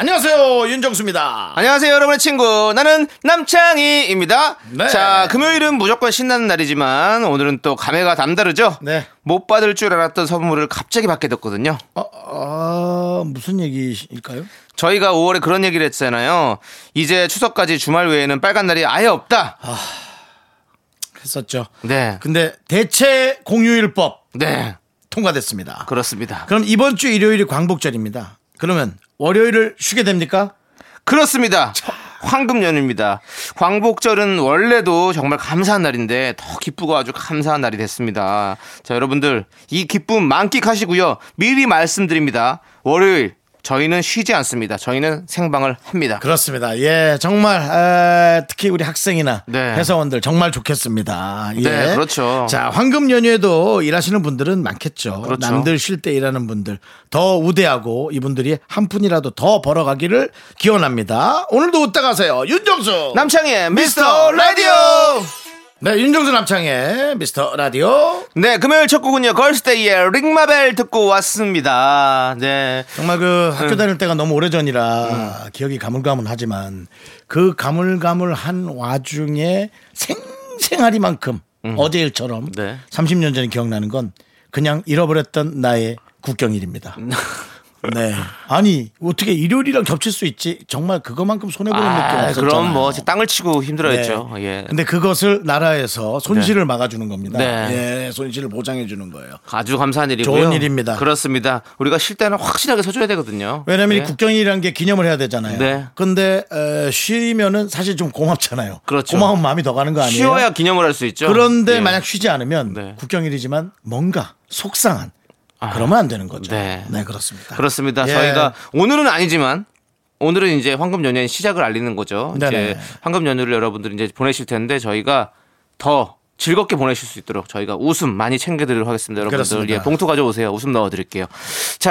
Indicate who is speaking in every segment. Speaker 1: 안녕하세요 윤정수입니다.
Speaker 2: 안녕하세요, 여러분의 친구. 나는 남창희입니다.
Speaker 1: 네.
Speaker 2: 자, 금요일은 무조건 신나는 날이지만 오늘은 또 감회가 남다르죠?
Speaker 1: 네.
Speaker 2: 못 받을 줄 알았던 선물을 갑자기 받게 됐거든요.
Speaker 1: 아, 아, 무슨 얘기일까요?
Speaker 2: 저희가 5월에 그런 얘기를 했잖아요. 이제 추석까지 주말 외에는 빨간 날이 아예 없다.
Speaker 1: 했었죠.
Speaker 2: 네.
Speaker 1: 근데 대체 공휴일법
Speaker 2: 네.
Speaker 1: 통과됐습니다.
Speaker 2: 그렇습니다.
Speaker 1: 그럼 이번 주 일요일이 광복절입니다. 그러면 월요일을 쉬게 됩니까?
Speaker 2: 그렇습니다. 황금연휴입니다. 광복절은 원래도 정말 감사한 날인데 더 기쁘고 아주 감사한 날이 됐습니다. 자, 여러분들 이 기쁨 만끽하시고요. 미리 말씀드립니다. 월요일 저희는 쉬지 않습니다. 저희는 생방을 합니다.
Speaker 1: 그렇습니다. 예, 정말 아, 특히 우리 학생이나
Speaker 2: 네.
Speaker 1: 회사원들 정말 좋겠습니다. 예.
Speaker 2: 네, 그렇죠.
Speaker 1: 자, 황금 연휴에도 일하시는 분들은 많겠죠.
Speaker 2: 그렇죠.
Speaker 1: 남들 쉴 때 일하는 분들 더 우대하고 이분들이 한 푼이라도 더 벌어가기를 기원합니다. 오늘도 웃다 가세요, 윤정수.
Speaker 2: 남창희의 미스터 라디오!
Speaker 1: 네, 윤정수 남창의 미스터 라디오.
Speaker 2: 네, 금요일 첫 곡은요. 걸스데이의 링마벨 듣고 왔습니다. 네.
Speaker 1: 정말 그 학교 다닐 때가 너무 오래전이라 기억이 가물가물하지만 그 가물가물한 와중에 생생하리만큼 어제 일처럼
Speaker 2: 음. 네.
Speaker 1: 30년 전이 기억나는 건 그냥 잃어버렸던 나의 국경일입니다.
Speaker 2: 음.
Speaker 1: 네. 아니, 어떻게 일요일이랑 겹칠 수 있지? 정말 그것만큼 손해보는 느낌
Speaker 2: 아,
Speaker 1: 없었잖아요.
Speaker 2: 그럼 뭐 땅을 치고 힘들어했죠.
Speaker 1: 네.
Speaker 2: 예.
Speaker 1: 근데 그것을 나라에서 손실을 막아주는 겁니다.
Speaker 2: 네.
Speaker 1: 예, 손실을 보장해주는 거예요.
Speaker 2: 아주 감사한 일이고요.
Speaker 1: 좋은 일입니다.
Speaker 2: 그렇습니다. 우리가 쉴 때는 확실하게 서줘야 되거든요.
Speaker 1: 왜냐면 이
Speaker 2: 네.
Speaker 1: 국경일이라는 게 기념을 해야 되잖아요.
Speaker 2: 네.
Speaker 1: 근데 에, 쉬면은 사실 좀 고맙잖아요.
Speaker 2: 그렇죠.
Speaker 1: 고마운 마음이 더 가는 거 아니에요?
Speaker 2: 쉬어야 기념을 할 수 있죠.
Speaker 1: 그런데
Speaker 2: 예.
Speaker 1: 만약 쉬지 않으면
Speaker 2: 네. 아.
Speaker 1: 국경일이지만 뭔가 속상한 그러면 안 되는 거죠.
Speaker 2: 네.
Speaker 1: 그렇습니다.
Speaker 2: 그렇습니다.
Speaker 1: 예.
Speaker 2: 저희가 오늘은 아니지만 오늘은 이제 황금 연휴의 시작을 알리는 거죠.
Speaker 1: 네네.
Speaker 2: 이제 황금 연휴를 여러분들이 이제 보내실 텐데 저희가 더 즐겁게 보내실 수 있도록 저희가 웃음 많이 챙겨드리도록 하겠습니다. 여러분들
Speaker 1: 그렇습니다.
Speaker 2: 예, 봉투 가져오세요. 웃음 넣어드릴게요. 자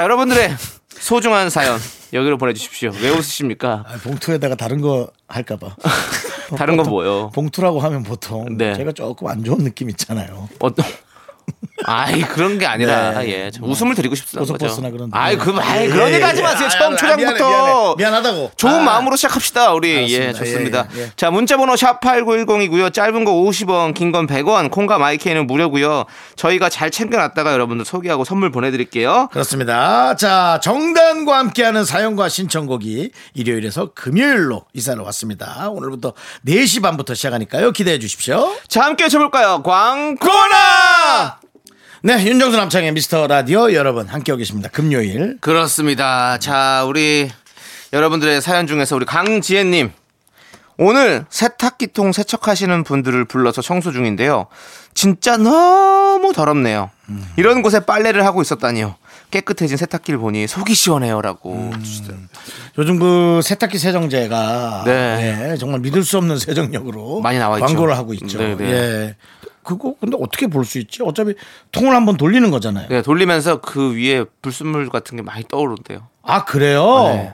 Speaker 2: 여러분들의 소중한 사연 여기로 보내주십시오. 왜 웃으십니까?
Speaker 1: 아, 봉투에다가 다른 거 할까봐.
Speaker 2: 다른 거 뭐요?
Speaker 1: 봉투라고 하면 보통
Speaker 2: 네.
Speaker 1: 제가 조금 안 좋은 느낌 있잖아요.
Speaker 2: 어떤 아이 그런 게 아니라
Speaker 1: 네.
Speaker 2: 예저 웃음을 드리고 싶다는 거죠.
Speaker 1: 보스포스나 그런.
Speaker 2: 아이 그 아이
Speaker 1: 예,
Speaker 2: 그런
Speaker 1: 예,
Speaker 2: 얘기 하지
Speaker 1: 예.
Speaker 2: 마세요.
Speaker 1: 아,
Speaker 2: 처음
Speaker 1: 아,
Speaker 2: 초장부터
Speaker 1: 미안해, 미안해. 미안하다고.
Speaker 2: 좋은
Speaker 1: 아.
Speaker 2: 마음으로 시작합시다. 우리 예
Speaker 1: 알았습니다.
Speaker 2: 좋습니다.
Speaker 1: 예, 예, 예.
Speaker 2: 자 문자번호 샵 #8910이고요. 짧은 거 50원, 긴 건 100원, 콩과 마이크는 무료고요. 저희가 잘 챙겨놨다가 여러분들 소개하고 선물 보내드릴게요.
Speaker 1: 그렇습니다. 자, 정단과 함께하는 사연과 신청곡이 일요일에서 금요일로 이사를 왔습니다. 오늘부터 4시 반부터 시작하니까요. 기대해 주십시오.
Speaker 2: 자 함께 쳐볼까요? 광고나.
Speaker 1: 네, 윤정수 남창의 미스터 라디오 여러분 함께하고 계십니다. 금요일.
Speaker 2: 그렇습니다. 자, 우리 여러분들의 사연 중에서 우리 강지혜님. 오늘 세탁기통 세척하시는 분들을 불러서 청소 중인데요. 진짜 너무 더럽네요. 이런 곳에 빨래를 하고 있었다니요. 깨끗해진 세탁기를 보니 속이 시원해요라고.
Speaker 1: 음. 요즘 그 세탁기 세정제가
Speaker 2: 네.
Speaker 1: 예, 정말 믿을 수 없는 세정력으로
Speaker 2: 많이 나와 있죠.
Speaker 1: 광고를 하고 있죠.
Speaker 2: 네, 네.
Speaker 1: 예. 그거 근데 어떻게 볼 수 있지? 어차피 통을 한번 돌리는 거잖아요.
Speaker 2: 네, 돌리면서 그 위에 불순물 같은 게 많이 떠오른대요.
Speaker 1: 아, 그래요?
Speaker 2: 네.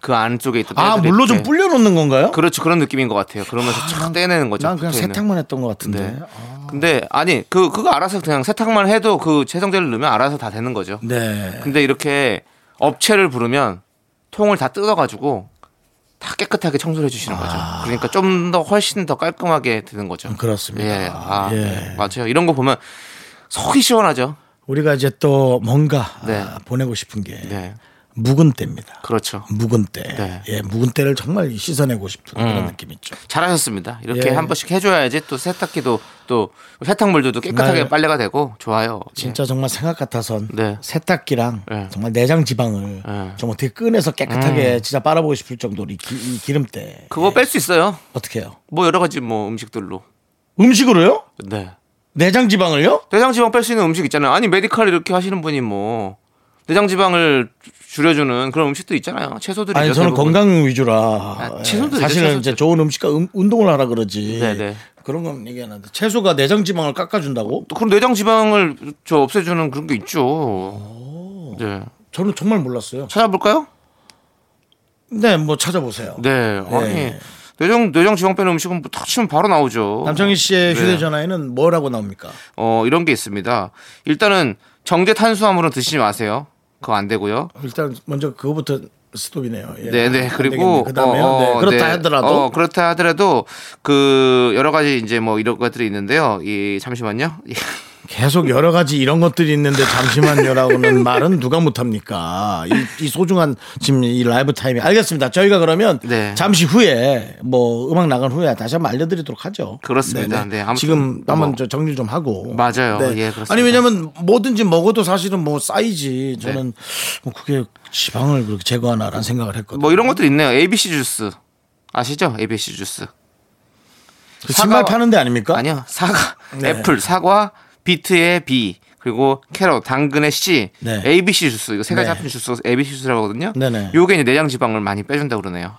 Speaker 2: 그 안쪽에 있던
Speaker 1: 아,
Speaker 2: 때들이
Speaker 1: 물로 좀
Speaker 2: 이렇게.
Speaker 1: 불려 놓는 건가요?
Speaker 2: 그렇죠. 그런 느낌인 것 같아요. 그러면서 촥 떼내는 거죠.
Speaker 1: 난 그냥
Speaker 2: 붙어있는.
Speaker 1: 세탁만 했던 것 같은데. 아,
Speaker 2: 네. 근데 아니 그 그거 알아서 그냥 세탁만 해도 그 세정제를 넣으면 알아서 다 되는 거죠.
Speaker 1: 네.
Speaker 2: 근데 이렇게 업체를 부르면 통을 다 뜯어가지고 다 깨끗하게 청소를 해주시는 거죠. 그러니까 좀 더 훨씬 더 깔끔하게 되는 거죠.
Speaker 1: 아. 음, 그렇습니다.
Speaker 2: 예, 아,
Speaker 1: 예.
Speaker 2: 맞아요. 이런 거 보면 속이 시원하죠.
Speaker 1: 우리가 이제 또 뭔가
Speaker 2: 네.
Speaker 1: 아, 보내고 싶은 게
Speaker 2: 네,
Speaker 1: 묵은 때입니다.
Speaker 2: 그렇죠.
Speaker 1: 묵은 때.
Speaker 2: 네. 음.
Speaker 1: 예, 묵은 때를 정말 씻어내고 싶은 그런 느낌 있죠.
Speaker 2: 잘하셨습니다. 이렇게
Speaker 1: 예.
Speaker 2: 한 번씩 해줘야지 또 세탁기도 또 세탁물들도 깨끗하게
Speaker 1: 네.
Speaker 2: 빨래가 되고 좋아요. 예.
Speaker 1: 진짜 정말 생각 같아선
Speaker 2: 네.
Speaker 1: 세탁기랑
Speaker 2: 네.
Speaker 1: 정말 내장 지방을
Speaker 2: 네. 음.
Speaker 1: 좀 어떻게 꺼내서 깨끗하게 진짜 빨아보고 싶을 정도로 이, 기, 름때
Speaker 2: 그거 뺄 수 있어요.
Speaker 1: 어떻게 해요?
Speaker 2: 뭐 여러 가지 뭐 음식들로.
Speaker 1: 음식으로요?
Speaker 2: 네.
Speaker 1: 내장 지방을요?
Speaker 2: 내장지방 뺄 수 있는 음식 있잖아요. 아니 메디칼 이렇게 하시는 분이 뭐 내장지방을 줄여주는 그런 음식도 있잖아요. 채소들이
Speaker 1: 아니 저는 건강 위주라
Speaker 2: 채소도
Speaker 1: 예,
Speaker 2: 되죠,
Speaker 1: 사실은 이제
Speaker 2: 채소도.
Speaker 1: 좋은 음식과 음- 운동을 하라 그러지
Speaker 2: 아, 네네.
Speaker 1: 그런 건 얘기하는데 채소가 내장 지방을 깎아준다고?
Speaker 2: 또 그런 내장 지방을 저 없애주는 그런 게 있죠. 네.
Speaker 1: 저는 정말 몰랐어요.
Speaker 2: 찾아볼까요?
Speaker 1: 네, 뭐 찾아보세요.
Speaker 2: 네. 아니
Speaker 1: 네.
Speaker 2: 뇌정 뇌정 지방 빼는 음식은 뭐탁 치면 바로 나오죠.
Speaker 1: 남창희 씨의
Speaker 2: 네.
Speaker 1: 휴대전화에는 뭐라고 나옵니까?
Speaker 2: 어 이런 게 있습니다. 일단은 정제 탄수화물은 드시지 마세요. 그거 안 되고요.
Speaker 1: 일단 먼저 그거부터 스톱이네요. 예.
Speaker 2: 네, 네.
Speaker 1: 안
Speaker 2: 그리고
Speaker 1: 되겠네. 그다음에요.
Speaker 2: 어, 어,
Speaker 1: 네, 그렇다
Speaker 2: 네.
Speaker 1: 하더라도
Speaker 2: 어, 그렇다 하더라도 그 여러 가지 이제 뭐 이런 것들이 있는데요. 이 잠시만요.
Speaker 1: 계속 여러 가지 이런 것들이 있는데 잠시만요라고는 말은 누가 못합니까? 이, 이 소중한 지금 이 라이브 타임이 알겠습니다. 저희가 그러면
Speaker 2: 네.
Speaker 1: 잠시 후에 뭐 음악 나간 후에 다시 한번 알려드리도록 하죠.
Speaker 2: 그렇습니다. 네, 아무튼
Speaker 1: 지금 한번
Speaker 2: 뭐.
Speaker 1: 저 정리 좀 하고 네.
Speaker 2: 맞아요. 예, 그렇습니다.
Speaker 1: 아니 왜냐면 뭐든지 먹어도 사실은 뭐 쌓이지 저는 뭐 그게 지방을 그렇게 제거하나라는 생각을 했거든요.
Speaker 2: 네. 뭐 이런 것들 있네요. ABC 주스 아시죠? ABC 주스.
Speaker 1: 그 신발
Speaker 2: 사과-
Speaker 1: 파는 데 아닙니까?
Speaker 2: 아니요. 사과,
Speaker 1: 네.
Speaker 2: 애플, 사과, 비트의 B, 그리고 캐럿, 당근의 C,
Speaker 1: 네.
Speaker 2: ABC 주스. 이거 세 가지
Speaker 1: 네.
Speaker 2: 합친 주스 ABC 주스라고 하거든요.
Speaker 1: 네네.
Speaker 2: 요게 이제 내장 지방을 많이 빼준다 고 그러네요.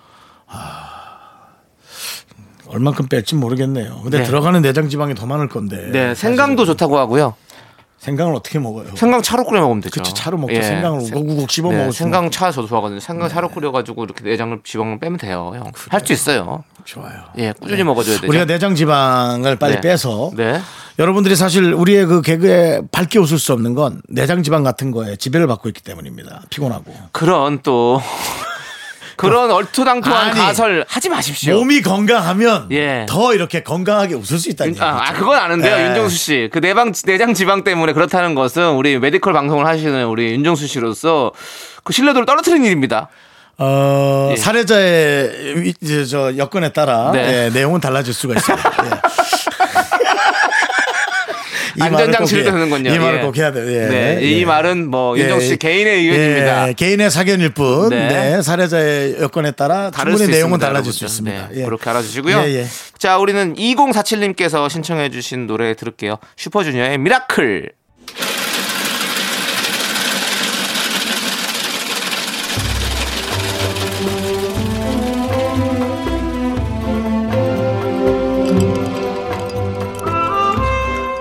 Speaker 1: 얼만큼 뺄지 모르겠네요. 근데
Speaker 2: 네.
Speaker 1: 들어가는 내장 지방이 더 많을 건데.
Speaker 2: 네, 생강도 좋다고 하고요.
Speaker 1: 생강을 어떻게 먹어요?
Speaker 2: 생강 차로 끓여 먹으면 되죠. 예.
Speaker 1: 그치, 차로 먹죠. 생강을
Speaker 2: 생- 네,
Speaker 1: 우걱우걱 씹어 먹을 수는 네.
Speaker 2: 생강 차 저도 좋아하거든요. 생강 차로 끓여가지고 이렇게 내장을 지방을 빼면 돼요. 형. 할 수 있어요.
Speaker 1: 좋아요.
Speaker 2: 예, 꾸준히 먹어줘야 되죠.
Speaker 1: 네. 우리가 내장 지방을 빨리
Speaker 2: 네.
Speaker 1: 빼서
Speaker 2: 네.
Speaker 1: 여러분들이 사실 우리의 그 개그에 밝게 웃을 수 없는 건 내장 지방 같은 거에 지배를 받고 있기 때문입니다. 피곤하고
Speaker 2: 그런 또 그런 얼토당토한
Speaker 1: 아니.
Speaker 2: 가설 하지 마십시오.
Speaker 1: 몸이 건강하면
Speaker 2: 그렇죠. 예.
Speaker 1: 더 이렇게 건강하게 웃을 수 있다는 얘기죠.
Speaker 2: 아, 아, 그건 아는데요,
Speaker 1: 예.
Speaker 2: 윤정수 씨. 그 내방, 내장 지방 때문에 그렇다는 것은 우리 메디컬 방송을 하시는 우리 윤정수 씨로서 그 신뢰도를 떨어뜨리는 일입니다.
Speaker 1: 어,
Speaker 2: 예.
Speaker 1: 사례자의 위- 이제 저 여건에 따라
Speaker 2: 네.
Speaker 1: 예, 내용은 달라질 수가 있어요. 예. 이 말을
Speaker 2: 안전장치를
Speaker 1: 꼭 해-
Speaker 2: 되는군요.
Speaker 1: 이 말을
Speaker 2: 예.
Speaker 1: 꼭 해야 돼요. 예.
Speaker 2: 네,
Speaker 1: 예.
Speaker 2: 이 말은 뭐
Speaker 1: 예,
Speaker 2: 윤정수 씨
Speaker 1: 예.
Speaker 2: 개인의 의견입니다.
Speaker 1: 예, 개인의 사견일 뿐,
Speaker 2: 네.
Speaker 1: 네. 사례자의 여건에 따라
Speaker 2: 다를 수
Speaker 1: 충분히 내용은
Speaker 2: 있습니다,
Speaker 1: 달라질 수
Speaker 2: 여러분들.
Speaker 1: 있습니다.
Speaker 2: 네,
Speaker 1: 예.
Speaker 2: 그렇게 알아주시고요.
Speaker 1: 예, 예.
Speaker 2: 자, 우리는 2047님께서 신청해주신 노래 들을게요. 슈퍼주니어의 미라클.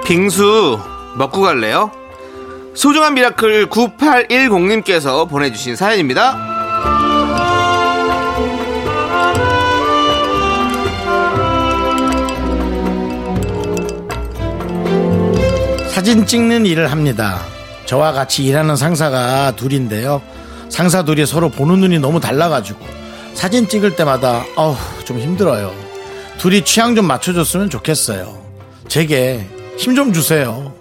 Speaker 2: 빙수 먹고 갈래요? 소중한 미라클 9810님께서 보내주신 사연입니다.
Speaker 1: 사진 찍는 일을 합니다. 저와 같이 일하는 상사가 둘인데요. 상사 둘이 서로 보는 눈이 너무 달라가지고 사진 찍을 때마다 어우 좀 힘들어요. 둘이 취향 좀 맞춰줬으면 좋겠어요. 제게 힘 좀 주세요.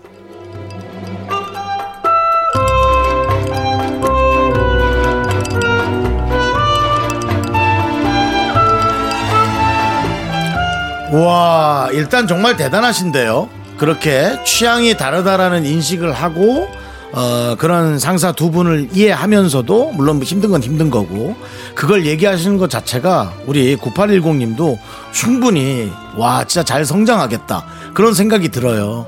Speaker 1: 와 일단 정말 대단하신데요. 그렇게 취향이 다르다라는 인식을 하고 어, 그런 상사 두 분을 이해하면서도 물론 뭐 힘든 건 힘든 거고 그걸 얘기하시는 것 자체가 우리 9810님도 충분히 와 진짜 잘 성장하겠다 그런 생각이 들어요.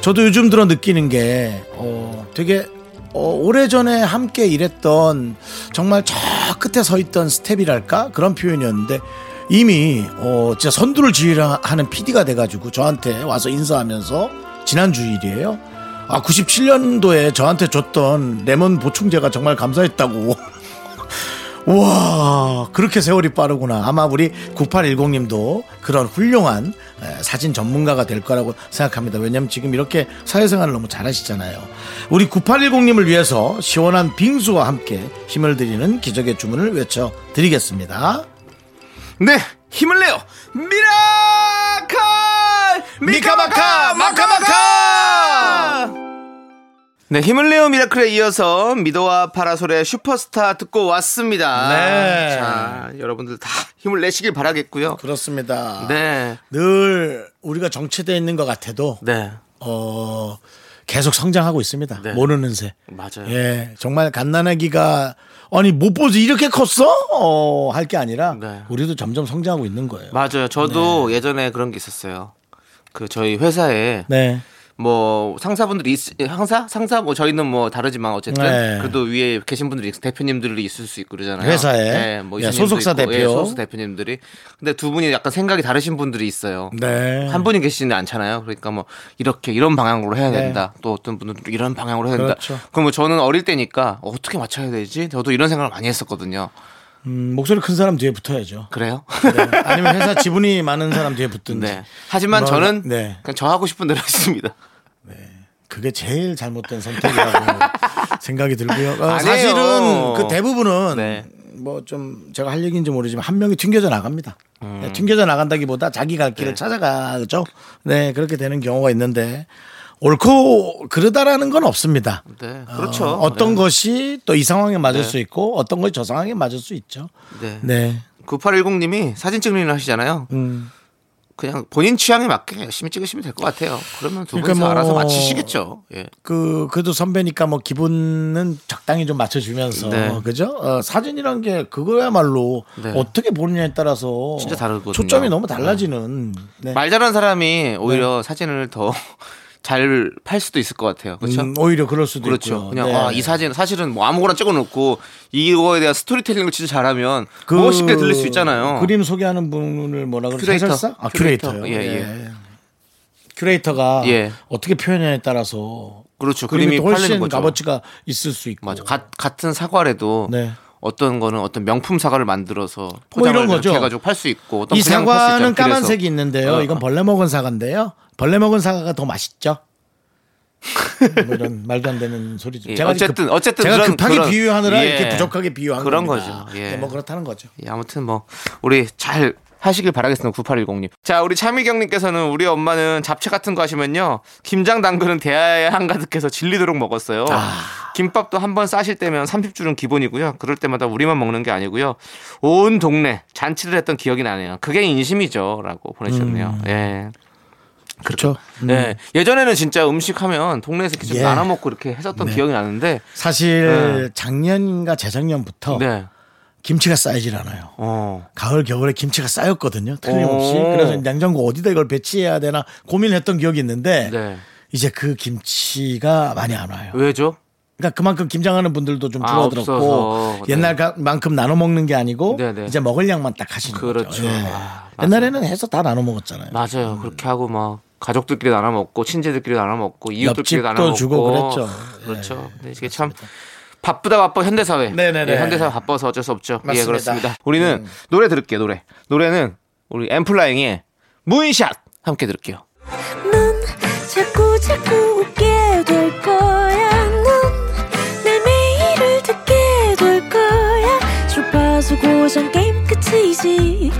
Speaker 1: 저도 요즘 들어 느끼는 게 어, 되게 어, 오래전에 함께 일했던 정말 저 끝에 서 있던 스텝이랄까 그런 표현이었는데 이미 어, 진짜 선두를 지휘하는 PD가 돼가지고 저한테 와서 인사하면서 지난 주일이에요. 아 97년도에 저한테 줬던 레몬 보충제가 정말 감사했다고. 와 그렇게 세월이 빠르구나. 아마 우리 9810님도 그런 훌륭한 에, 사진 전문가가 될 거라고 생각합니다. 왜냐면 지금 이렇게 사회생활을 너무 잘하시잖아요. 우리 9810님을 위해서 시원한 빙수와 함께 힘을 드리는 기적의 주문을 외쳐드리겠습니다.
Speaker 2: 네 힘을 내요 미라칼 미카마카 마카마카 네 힘을 내요 미라클에 이어서 미도와 파라솔의 슈퍼스타 듣고 왔습니다
Speaker 1: 네.
Speaker 2: 자 여러분들 다 힘을 내시길 바라겠고요
Speaker 1: 그렇습니다.
Speaker 2: 네네
Speaker 1: 늘 우리가 정체되어 있는 것 같아도 어, 계속 성장하고 있습니다.
Speaker 2: 네.
Speaker 1: 모르는 새.
Speaker 2: 맞아요.
Speaker 1: 예, 정말 갓난아기가 아니 못 보지 이렇게 컸어? 어, 할 게 아니라
Speaker 2: 네.
Speaker 1: 우리도 점점 성장하고 있는 거예요.
Speaker 2: 맞아요 저도 예전에 그런 게 있었어요 그 저희 회사에
Speaker 1: 네.
Speaker 2: 뭐 상사분들이 있, 상사 상사 뭐 저희는 뭐 다르지만 어쨌든
Speaker 1: 네.
Speaker 2: 그래도 위에 계신 분들이 있- 대표님들이 있을 수 있고 그러잖아요. 네,
Speaker 1: 회사에. 예,
Speaker 2: 이사님도
Speaker 1: 소속사 대표.
Speaker 2: 예, 소속사 대표님들이 근데 두 분이 약간 생각이 다르신 분들이 있어요.
Speaker 1: 네.
Speaker 2: 한 분이 계시는 않잖아요. 그러니까 뭐 이렇게 이런 방향으로 해야
Speaker 1: 네.
Speaker 2: 된다. 또 어떤 분은 또 이런 방향으로 해야 된다.
Speaker 1: 그렇죠.
Speaker 2: 그럼 뭐 저는 어릴 때니까 어떻게 맞춰야 되지? 저도 이런 생각을 많이 했었거든요.
Speaker 1: 음, 목소리 큰 사람 뒤에 붙어야죠.
Speaker 2: 그래요?
Speaker 1: 네. 아니면 회사 지분이 많은 사람 뒤에 붙든지.
Speaker 2: 네. 하지만
Speaker 1: 뭐,
Speaker 2: 저는
Speaker 1: 네.
Speaker 2: 그냥 저 하고 싶은 대로 했습니다.
Speaker 1: 그게 제일 잘못된 선택이라고 생각이 들고요. 어,
Speaker 2: 아니에요.
Speaker 1: 사실은 그 대부분은
Speaker 2: 네.
Speaker 1: 뭐 좀 제가 할 얘기인지 모르지만 한 명이 튕겨져 나갑니다.
Speaker 2: 음.
Speaker 1: 네, 튕겨져 나간다기보다 자기 갈 길을 찾아가죠. 네 그렇게 되는 경우가 있는데 옳고 그르다라는 건 없습니다.
Speaker 2: 네, 그렇죠.
Speaker 1: 어, 떤
Speaker 2: 네.
Speaker 1: 것이 또 이 상황에 맞을
Speaker 2: 네.
Speaker 1: 수 있고 어떤 것이 저 상황에 맞을 수 있죠.
Speaker 2: 네.
Speaker 1: 네.
Speaker 2: 9810님이 사진 찍는 일 하시잖아요.
Speaker 1: 음.
Speaker 2: 그냥 본인 취향에 맞게 열심히 찍으시면 될 것 같아요. 그러면 두
Speaker 1: 그러니까
Speaker 2: 분이서
Speaker 1: 뭐-
Speaker 2: 알아서 맞히시겠죠. 예.
Speaker 1: 그 그래도 선배니까 뭐 기분은 적당히 좀 맞춰주면서
Speaker 2: 네.
Speaker 1: 그죠? 어, 사진이란 게 그거야말로
Speaker 2: 네.
Speaker 1: 어떻게 보느냐에 따라서
Speaker 2: 진짜 다르거든요.
Speaker 1: 초점이 너무 달라지는 네.
Speaker 2: 말 잘하는 사람이 오히려 사진을 더 잘 팔 수도 있을 것 같아요. 그렇죠?
Speaker 1: 음, 오히려 그럴 수도
Speaker 2: 그렇죠.
Speaker 1: 있고요.
Speaker 2: 그냥
Speaker 1: 네.
Speaker 2: 아, 이 사진 사실은 뭐 아무거나 찍어놓고 이거에 대한 스토리텔링을 진짜 잘하면
Speaker 1: 그
Speaker 2: 너무 쉽게 들릴 수 있잖아요.
Speaker 1: 그림 소개하는 분을 뭐라 그러죠?
Speaker 2: 큐레이터.
Speaker 1: 해설사? 아,
Speaker 2: 큐레이터.
Speaker 1: 큐레이터요.
Speaker 2: 예, 예.
Speaker 1: 네. 큐레이터가
Speaker 2: 예.
Speaker 1: 어떻게 표현하냐에 따라서
Speaker 2: 그렇죠.
Speaker 1: 그림이
Speaker 2: 그림이
Speaker 1: 또
Speaker 2: 팔리는
Speaker 1: 훨씬
Speaker 2: 거죠.
Speaker 1: 값어치가 있을 수 있고
Speaker 2: 맞아. 가, 같은 사과라도
Speaker 1: 네.
Speaker 2: 어떤 거는 어떤 명품 사과를 만들어서
Speaker 1: 뭐
Speaker 2: 포장을
Speaker 1: 이런 거죠.
Speaker 2: 해가지고 팔 수 있고 어떤
Speaker 1: 이
Speaker 2: 그냥 팔수
Speaker 1: 사과는
Speaker 2: 있잖아요. 길에서.
Speaker 1: 까만색이 있는데요.
Speaker 2: 어.
Speaker 1: 이건 벌레 먹은 사과인데요. 벌레 먹은 사과가 더 맛있죠. 뭐 이런 말도 안 되는 소리죠.
Speaker 2: 예,
Speaker 1: 지금
Speaker 2: 어쨌든- 어쨌든
Speaker 1: 제가
Speaker 2: 그런-
Speaker 1: 급하게
Speaker 2: 그런-
Speaker 1: 비유하느라
Speaker 2: 예.
Speaker 1: 이렇게 부족하게 비유한
Speaker 2: 그런
Speaker 1: 겁니다.
Speaker 2: 거죠. 예.
Speaker 1: 네, 뭐 그렇다는 거죠.
Speaker 2: 예, 아무튼 뭐 우리 잘 하시길 바라겠습니다. 9810님. 자, 우리 차미경님께서는 우리 엄마는 잡채 같은 거 하시면요. 김장 당근은 대하에 한가득해서 질리도록 먹었어요. 김밥도 한 번 싸실 때면 30줄은 기본이고요. 그럴 때마다 우리만 먹는 게 아니고요. 온 동네 잔치를 했던 기억이 나네요. 그게 인심이죠. 라고 보내주셨네요. 예.
Speaker 1: 그렇죠. 음.
Speaker 2: 예. 예전에는 진짜 음식 하면 동네에서 이렇게 좀
Speaker 1: 예.
Speaker 2: 나눠 먹고 이렇게 했었던 기억이 나는데.
Speaker 1: 사실 작년인가 재작년부터
Speaker 2: 예. 네.
Speaker 1: 김치가 쌓이질 않아요.
Speaker 2: 어.
Speaker 1: 가을 겨울에 김치가 쌓였거든요. 틀림없이.
Speaker 2: 오.
Speaker 1: 그래서 냉장고 어디다 이걸 배치해야 되나 고민했던 기억이 있는데
Speaker 2: 네.
Speaker 1: 이제 그 김치가 많이 안 와요.
Speaker 2: 왜죠?
Speaker 1: 그러니까 그만큼 김장하는 분들도 좀
Speaker 2: 아,
Speaker 1: 줄어들었고
Speaker 2: 없어서. 네.
Speaker 1: 옛날만큼 나눠 먹는 게 아니고
Speaker 2: 네네.
Speaker 1: 이제 먹을 양만 딱 하시는 거죠.
Speaker 2: 그렇죠.
Speaker 1: 예.
Speaker 2: 아, 맞아요.
Speaker 1: 옛날에는 해서 다 나눠 먹었잖아요.
Speaker 2: 맞아요. 그렇게 하고 막 가족들끼리 나눠 먹고 친지들끼리 나눠 먹고 이웃들끼리
Speaker 1: 옆집도
Speaker 2: 나눠 먹고
Speaker 1: 주고 그랬죠. 네,
Speaker 2: 그렇죠. 근데 이게 참 바쁘다 바빠 현대 사회. 예,
Speaker 1: 네네네.
Speaker 2: 현대 사회 바빠서 어쩔 수 없죠. 예,
Speaker 1: 맞습니다. 음.
Speaker 2: 그렇습니다. 우리는 노래 들을게요. 노래. 노래는 우리 엠플라잉의 문샷 함께 들을게요.
Speaker 3: 넌 자꾸 자꾸 웃게 될 거야. 넌내 매일을 듣게 될 거야. 주파수 고정 게임 끝이지.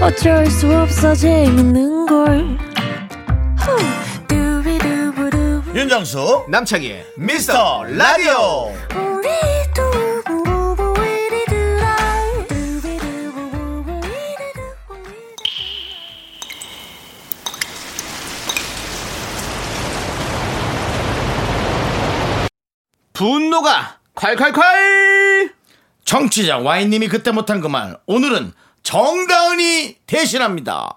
Speaker 3: 어쩔 수 없어 재밌는 걸. 후. 두비두부두.
Speaker 1: 윤정수
Speaker 2: 남창희의
Speaker 1: 미스터 라디오
Speaker 3: 우리 두부부부 우리 두라. 두비두부부부 우리 두부부.
Speaker 2: 분노가 콸콸콸!
Speaker 1: 정치자 와인님이 그때 못한 그 말 오늘은 정다은이 대신합니다.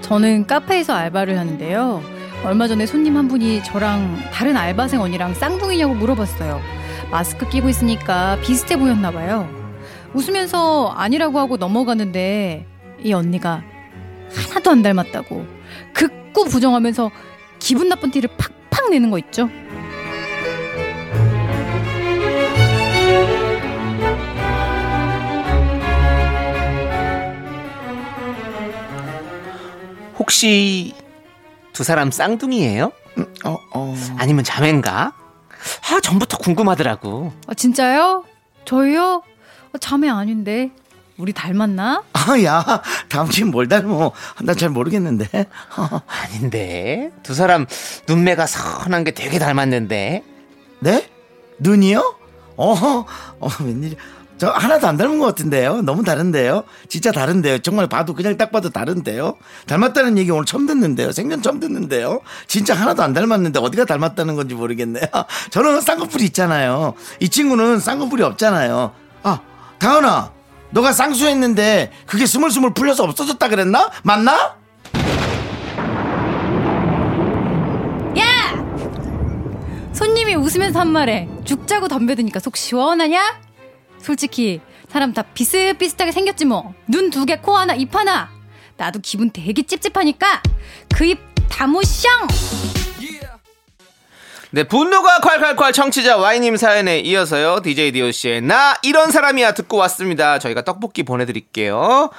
Speaker 4: 저는 카페에서 알바를 하는데요. 얼마 전에 손님 한 분이 저랑 다른 알바생 언니랑 쌍둥이냐고 물어봤어요. 마스크 끼고 있으니까 비슷해 보였나 봐요. 웃으면서 아니라고 하고 넘어가는데 이 언니가 하나도 안 닮았다고 극구 부정하면서 기분 나쁜 티를 팍팍 내는 거 있죠?
Speaker 2: 혹시 두 사람 쌍둥이에요?
Speaker 1: 어, 어.
Speaker 2: 아니면 자매인가? 아, 전부터 궁금하더라고.
Speaker 4: 아, 진짜요? 저요? 아, 자매 아닌데 우리 닮았나?
Speaker 1: 아, 야, 다음 주엔 뭘 닮어? 나 잘 모르겠는데.
Speaker 2: 아닌데 두 사람 눈매가 선한 게 되게 닮았는데
Speaker 1: 네? 눈이요? 어허, 어, 웬일이야. 저 하나도 안 닮은 것 같은데요. 너무 다른데요. 진짜 다른데요. 정말 봐도 그냥 딱 봐도 다른데요. 닮았다는 얘기 오늘 처음 듣는데요. 생전 처음 듣는데요. 진짜 하나도 안 닮았는데 어디가 닮았다는 건지 모르겠네요. 저는 쌍꺼풀이 있잖아요. 이 친구는 쌍꺼풀이 없잖아요. 아, 다은아, 너가 쌍수했는데 그게 스물스물 풀려서 없어졌다 그랬나? 맞나?
Speaker 4: 손님이 웃으면서 한 말에 죽자고 덤벼드니까 속 시원하냐? 솔직히 사람 다 비슷비슷하게 생겼지 뭐. 눈 두 개, 코 하나, 입 하나. 나도 기분 되게 찝찝하니까 그 입 다무샹!
Speaker 2: 네, 분노가 콸콸콸 청취자 Y님 사연에 이어서요. DJ DOC의 나 이런 사람이야 듣고 왔습니다. 저희가 떡볶이 보내드릴게요.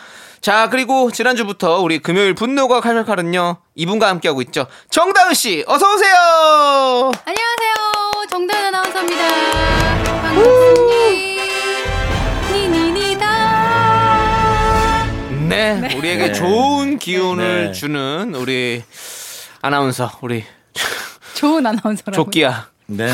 Speaker 2: 자, 그리고 지난주부터 우리 금요일 분노가 콸콸콸은요. 이분과 함께하고 있죠. 정다은씨, 어서오세요!
Speaker 4: 안녕하세요. 정다은 아나운서입니다. 반갑습니다. 니니니다.
Speaker 2: 네, 우리에게
Speaker 1: 네.
Speaker 2: 좋은 기운을
Speaker 1: 네.
Speaker 2: 주는 우리 아나운서, 우리
Speaker 4: 좋은 아나운서라고.
Speaker 2: 조끼야.
Speaker 1: 네.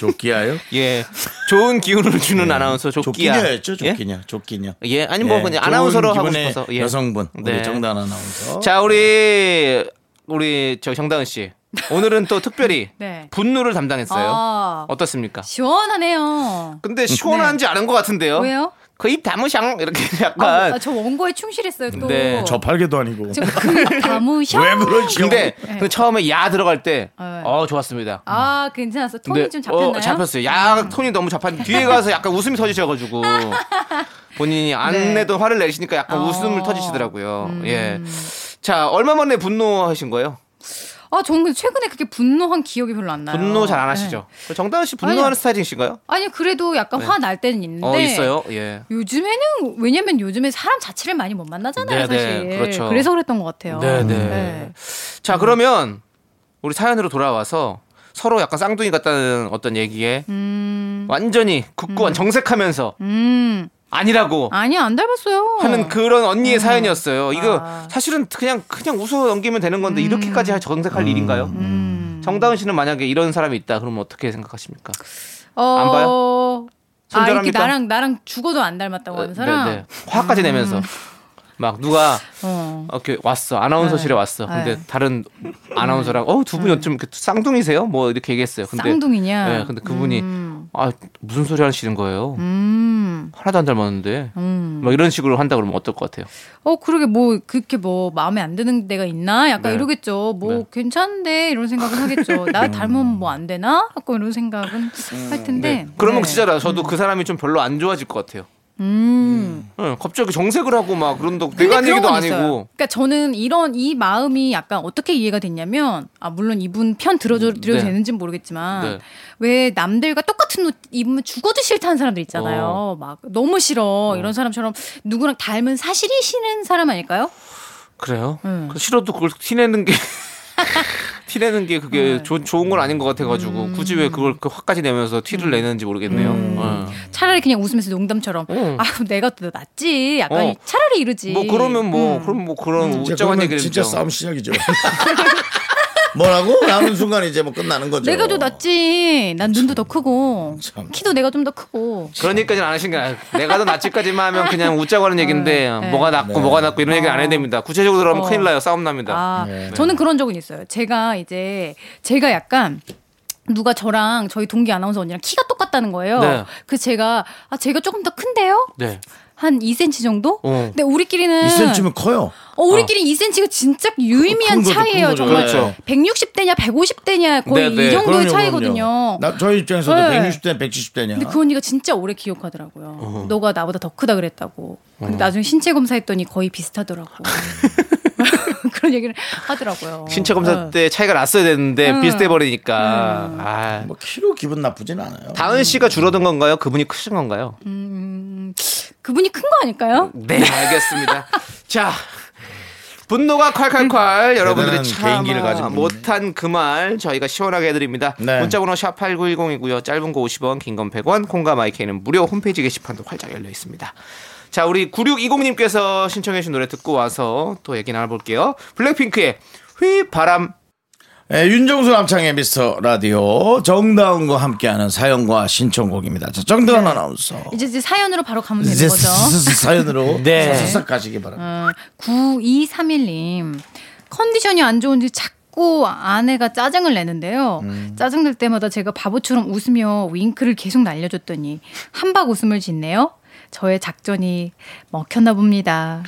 Speaker 1: 조끼야요?
Speaker 2: 예, 좋은 기운을 주는 아나운서 조끼야.
Speaker 1: 예. 조끼녀였죠,
Speaker 2: 예?
Speaker 1: 조끼녀, 조끼녀.
Speaker 2: 예, 아니 뭐 그냥
Speaker 1: 좋은
Speaker 2: 아나운서로 하고
Speaker 1: 기분의
Speaker 2: 싶어서. 예.
Speaker 1: 여성분
Speaker 2: 네.
Speaker 1: 우리 정단 아나운서.
Speaker 2: 자 우리 우리 저 정다은 씨 오늘은 또 특별히
Speaker 4: 네.
Speaker 2: 분노를 담당했어요.
Speaker 4: 아.
Speaker 2: 어떻습니까?
Speaker 4: 시원하네요.
Speaker 2: 근데 시원한지 않은 것 같은데요.
Speaker 4: 왜요?
Speaker 2: 그 입 다무샹 이렇게
Speaker 4: 아,
Speaker 2: 약간.
Speaker 4: 아, 저 원고에 충실했어요 또.
Speaker 2: 네,
Speaker 1: 저 팔개도 아니고.
Speaker 4: 지금 그 다무샹.
Speaker 1: 왜 그러시오?
Speaker 2: 근데 그 처음에 야 들어갈 때,
Speaker 4: 네.
Speaker 2: 어 좋았습니다.
Speaker 4: 아 괜찮았어. 톤이
Speaker 2: 근데,
Speaker 4: 좀 잡혔나요? 음.
Speaker 2: 어, 잡혔어요. 야 톤이 너무 잡혔. 뒤에 가서 약간 웃음이 터지셔가지고 본인이 안
Speaker 4: 네.
Speaker 2: 내던 화를 내시니까 약간
Speaker 4: 어.
Speaker 2: 웃음을 터지시더라고요. 예. 자 얼마 만에 분노하신 거예요?
Speaker 4: 아 저는 근데 최근에 그렇게 분노한 기억이 별로 안 나요.
Speaker 2: 분노 잘 안
Speaker 4: 네.
Speaker 2: 하시죠? 그 정다은 씨 분노하는
Speaker 4: 아니요. 네.
Speaker 2: 스타일이신가요?
Speaker 4: 아니 그래도 약간 화 날 때는 있는데.
Speaker 2: 어 있어요. 예.
Speaker 4: 요즘에는 왜냐면 요즘에 사람 자체를 많이 못
Speaker 2: 네,
Speaker 4: 만나잖아요
Speaker 2: 네,
Speaker 4: 사실.
Speaker 2: 그렇죠.
Speaker 4: 래서 그랬던 것 같아요.
Speaker 2: 네, 네.
Speaker 4: 음.
Speaker 2: 자 그러면 우리 사연으로 돌아와서 서로 약간 쌍둥이 같다는 어떤 얘기에 완전히 굳고한 정색하면서
Speaker 4: 음
Speaker 2: 아니라고
Speaker 4: 아니 안 닮았어요.
Speaker 2: 하는 그런 언니의 사연이었어요. 이거
Speaker 4: 아. 음.
Speaker 2: 사실은 그냥 그냥 웃어 넘기면 되는 건데 이렇게까지 정색할 일인가요? 정다은 씨는 만약에 이런 사람이 있다 그러면 어떻게 생각하십니까?
Speaker 4: 어...
Speaker 2: 안
Speaker 4: 아 이렇게
Speaker 2: 손절합니까?
Speaker 4: 나랑 나랑 죽어도 안 닮았다고 하는 그 사람. 음.
Speaker 2: 네, 네. 화까지 내면서 막 누가
Speaker 4: 어.
Speaker 2: 어, 이렇게 왔어 아나운서실에
Speaker 4: 네.
Speaker 2: 왔어. 근데
Speaker 4: 네.
Speaker 2: 다른 아나운서랑 어두 분이 어쩜 이렇게 쌍둥이세요? 뭐 이렇게 얘기했어요. 근데
Speaker 4: 쌍둥이냐?
Speaker 2: 네, 근데 그분이
Speaker 4: 아. 음.
Speaker 2: 아 무슨 소리 하시는 거예요?
Speaker 4: 음.
Speaker 2: 하나도 안 닮았는데
Speaker 4: 음.
Speaker 2: 막 이런 식으로 한다 그러면 어떨 것 같아요?
Speaker 4: 어 그러게 뭐 그렇게 뭐 마음에 안 드는 데가 있나 약간
Speaker 2: 네.
Speaker 4: 이러겠죠 뭐
Speaker 2: 네. 음.
Speaker 4: 괜찮은데 이런 생각을 하겠죠 나 닮으면 뭐 안 되나 약간 이런 생각은 할 텐데
Speaker 2: 그러면
Speaker 4: 네.
Speaker 2: 진짜라 저도 그 사람이 좀 별로 안 좋아질 것 같아요.
Speaker 4: 음.
Speaker 2: 네, 갑자기 정색을 하고 막 그런다고
Speaker 4: 근데
Speaker 2: 내가 한
Speaker 4: 그런
Speaker 2: 얘기도
Speaker 4: 건
Speaker 2: 아니고
Speaker 4: 있어요. 그러니까 저는 이런 이 마음이 약간 어떻게 이해가 됐냐면 아 물론 이분 편 들어줘도
Speaker 2: 네.
Speaker 4: 되는지는 모르겠지만
Speaker 2: 네.
Speaker 4: 왜 남들과 똑같은 옷 입으면 죽어도 싫다는 사람들 있잖아요.
Speaker 2: 어.
Speaker 4: 막 너무 싫어 이런 사람처럼 누구랑 닮은 사실이 싫은 사람 아닐까요?
Speaker 2: 그래요?
Speaker 4: 음.
Speaker 2: 그 싫어도 그걸 티내는 게 티내는 게 그게
Speaker 4: 네.
Speaker 2: 조- 좋은 건 아닌 것 같아가지고
Speaker 4: 음.
Speaker 2: 굳이 왜 그걸 그 화까지 내면서 티를 내는지 모르겠네요.
Speaker 4: 음.
Speaker 2: 네.
Speaker 4: 차라리 그냥 웃으면서 농담처럼
Speaker 2: 음.
Speaker 4: 아 내가 더 낫지 약간
Speaker 2: 어.
Speaker 4: 차라리 이러지
Speaker 2: 뭐 그러면 뭐
Speaker 4: 음.
Speaker 2: 그럼 뭐 그런
Speaker 1: 이제
Speaker 2: 우쩡한
Speaker 1: 그러면
Speaker 2: 얘기를
Speaker 1: 진짜
Speaker 2: 했죠.
Speaker 1: 싸움 시작이죠. 뭐라고? 나는 순간 이제 뭐 끝나는 거죠.
Speaker 4: 내가 더 낫지 난 눈도 더 크고
Speaker 1: 참.
Speaker 4: 키도 내가 좀 더 크고
Speaker 2: 그런 얘기까지는 안 하신 게 아니라 내가 더 낫지까지만 하면 그냥 웃자고 하는 얘기인데
Speaker 4: 네.
Speaker 2: 뭐가 낫고
Speaker 1: 네.
Speaker 2: 뭐가 낫고 이런 얘기는 안 해야 됩니다. 구체적으로 하면
Speaker 4: 어.
Speaker 2: 큰일 나요. 싸움 납니다.
Speaker 4: 아,
Speaker 1: 네.
Speaker 4: 저는 그런 적은 있어요. 제가 이제 제가 약간 누가 저랑 저희 동기 아나운서 언니랑 키가 똑같다는 거예요.
Speaker 2: 네.
Speaker 4: 그래서 제가 아 제가 조금 더 큰데요.
Speaker 2: 네.
Speaker 4: 한 2cm 정도?
Speaker 2: 어.
Speaker 4: 근데 우리끼리는
Speaker 1: 2cm면 커요.
Speaker 4: 어, 우리끼리 2cm가 진짜 유의미한
Speaker 1: 큰 거죠,
Speaker 4: 차이예요.
Speaker 1: 큰 거죠. 네.
Speaker 4: 정말
Speaker 2: 그렇죠.
Speaker 4: 160대냐 150대냐 거의
Speaker 2: 네, 네.
Speaker 4: 이 정도의
Speaker 1: 그럼요,
Speaker 4: 차이거든요.
Speaker 1: 그럼요. 나 저희 입장에서도
Speaker 4: 네.
Speaker 1: 160대, 170대냐.
Speaker 4: 근데 그 언니가 진짜 오래 기억하더라고요.
Speaker 2: 어.
Speaker 4: 너가 나보다 더 크다 그랬다고. 근데 나중에 신체 검사했더니 거의 비슷하더라고. 그런 얘기를 하더라고요.
Speaker 2: 신체 검사
Speaker 4: 어.
Speaker 2: 때 차이가 났어야 되는데
Speaker 4: 음.
Speaker 2: 비슷해 버리니까. 아.
Speaker 1: 뭐 키로 기분 나쁘진 않아요.
Speaker 2: 다은 씨가 줄어든 건가요? 그분이 크신 건가요?
Speaker 4: 그분이 큰 거 아닐까요?
Speaker 2: 네, 알겠습니다. 자, 분노가 콸콸콸 여러분들이
Speaker 1: 음. 대단한 개인기를
Speaker 2: 참아
Speaker 1: 가진 분이네.
Speaker 2: 못한 그 말 저희가 시원하게 해드립니다.
Speaker 1: 네.
Speaker 2: 문자번호 샵 #8910이고요. 짧은 거 50원, 긴 건 100원. 콩과 마이크는 무료 홈페이지 게시판도 활짝 열려 있습니다. 자, 우리 9620님께서 신청해주신 노래 듣고 와서 또 얘기 나눠볼게요. 블랙핑크의 휘바람
Speaker 1: 예, 윤정수 남창의 미스터 라디오 정다운과 함께하는 사연과 신청곡입니다. 자, 정다운 아나운서.
Speaker 4: 이제, 이제 사연으로 바로 가면 되는
Speaker 1: 이제
Speaker 4: 거죠.
Speaker 1: 슬슬 사연으로
Speaker 2: 네.
Speaker 1: 싹 가시기 바랍니다.
Speaker 4: 어, 9231님 컨디션이 안 좋은지 자꾸 아내가 짜증을 내는데요.
Speaker 2: 음.
Speaker 4: 짜증 낼 때마다 제가 바보처럼 웃으며 윙크를 계속 날려줬더니 한박 웃음을 짓네요. 저의 작전이 먹혔나 봅니다.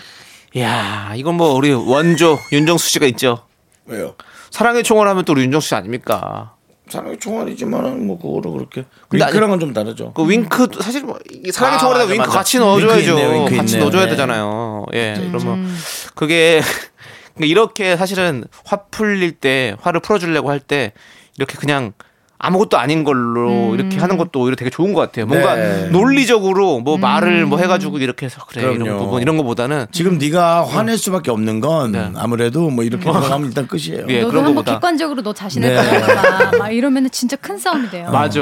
Speaker 2: 야 이건 뭐 우리 원조 윤정수 씨가 있죠.
Speaker 1: 왜요?
Speaker 2: 사랑의 총을 하면 또 우리 윤정수 씨 아닙니까?
Speaker 1: 사랑의 총알이지만은 뭐 그거로 그렇게
Speaker 2: 근데 아니-
Speaker 1: 윙크랑은 좀 다르죠.
Speaker 2: 그 윙크 사실 뭐 이게 사랑의
Speaker 1: 아,
Speaker 2: 총알에다
Speaker 1: 맞아,
Speaker 2: 윙크
Speaker 1: 맞아.
Speaker 2: 같이
Speaker 1: 윙크
Speaker 2: 넣어줘야죠.
Speaker 1: 있네요, 윙크
Speaker 2: 같이
Speaker 1: 있네요.
Speaker 2: 넣어줘야
Speaker 1: 네.
Speaker 2: 되잖아요. 예, 그러면 그게 그러니까 이렇게 사실은 화 풀릴 때 화를 풀어주려고 할 때 이렇게 그냥 아무것도 아닌 걸로 이렇게 하는 것도 오히려 되게 좋은 것 같아요. 뭔가
Speaker 1: 네.
Speaker 2: 논리적으로 뭐 말을 뭐 해가지고 이렇게 해서 그래 이런
Speaker 1: 그럼요.
Speaker 2: 부분 이런 것보다는
Speaker 1: 지금 네가 화낼 수밖에 없는 건
Speaker 2: 네.
Speaker 1: 아무래도 뭐 이렇게 들어가면 일단 끝이에요.
Speaker 2: 예,
Speaker 4: 너도
Speaker 2: 그런
Speaker 4: 한번
Speaker 2: 거보다.
Speaker 4: 객관적으로 너 자신을
Speaker 1: 네.
Speaker 4: 따라봐. 막 이러면 진짜 큰 싸움이 돼요.
Speaker 2: 맞아.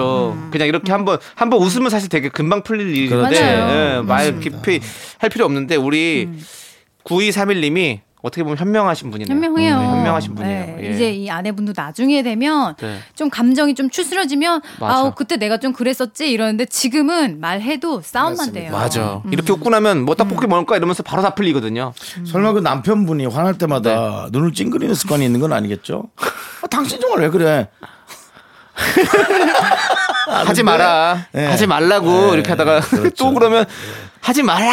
Speaker 2: 그냥 이렇게 한번 한번 웃으면 사실 되게 금방 풀릴 일인데
Speaker 1: 그렇죠.
Speaker 4: 음. 맞아요.
Speaker 2: 예, 말 깊이 할 필요 없는데 우리 9231님이 어떻게 보면 현명하신 분이네요.
Speaker 4: 음. 현명해요.
Speaker 2: 네, 현명하신 분이에요.
Speaker 4: 네,
Speaker 2: 예.
Speaker 4: 이제 이 아내분도 나중에 되면
Speaker 2: 네.
Speaker 4: 좀 감정이 좀 추스러지면
Speaker 2: 맞아.
Speaker 4: 아우 그때 내가 좀 그랬었지 이러는데 지금은 말해도 싸움만 돼요.
Speaker 2: 맞아.
Speaker 4: 음.
Speaker 2: 이렇게 웃고 나면 뭐 떡볶이 먹을까 이러면서 바로 다 풀리거든요.
Speaker 1: 설마 그 남편분이 화날 때마다 눈을 찡그리는 습관이 있는 건 아니겠죠? 아, 당신 정말 왜 그래?
Speaker 2: 하지 마라.
Speaker 1: 아, 네.
Speaker 2: 하지 말라고
Speaker 1: 네.
Speaker 2: 이렇게 하다가
Speaker 1: 그렇죠.
Speaker 2: 또 그러면 하지 마라.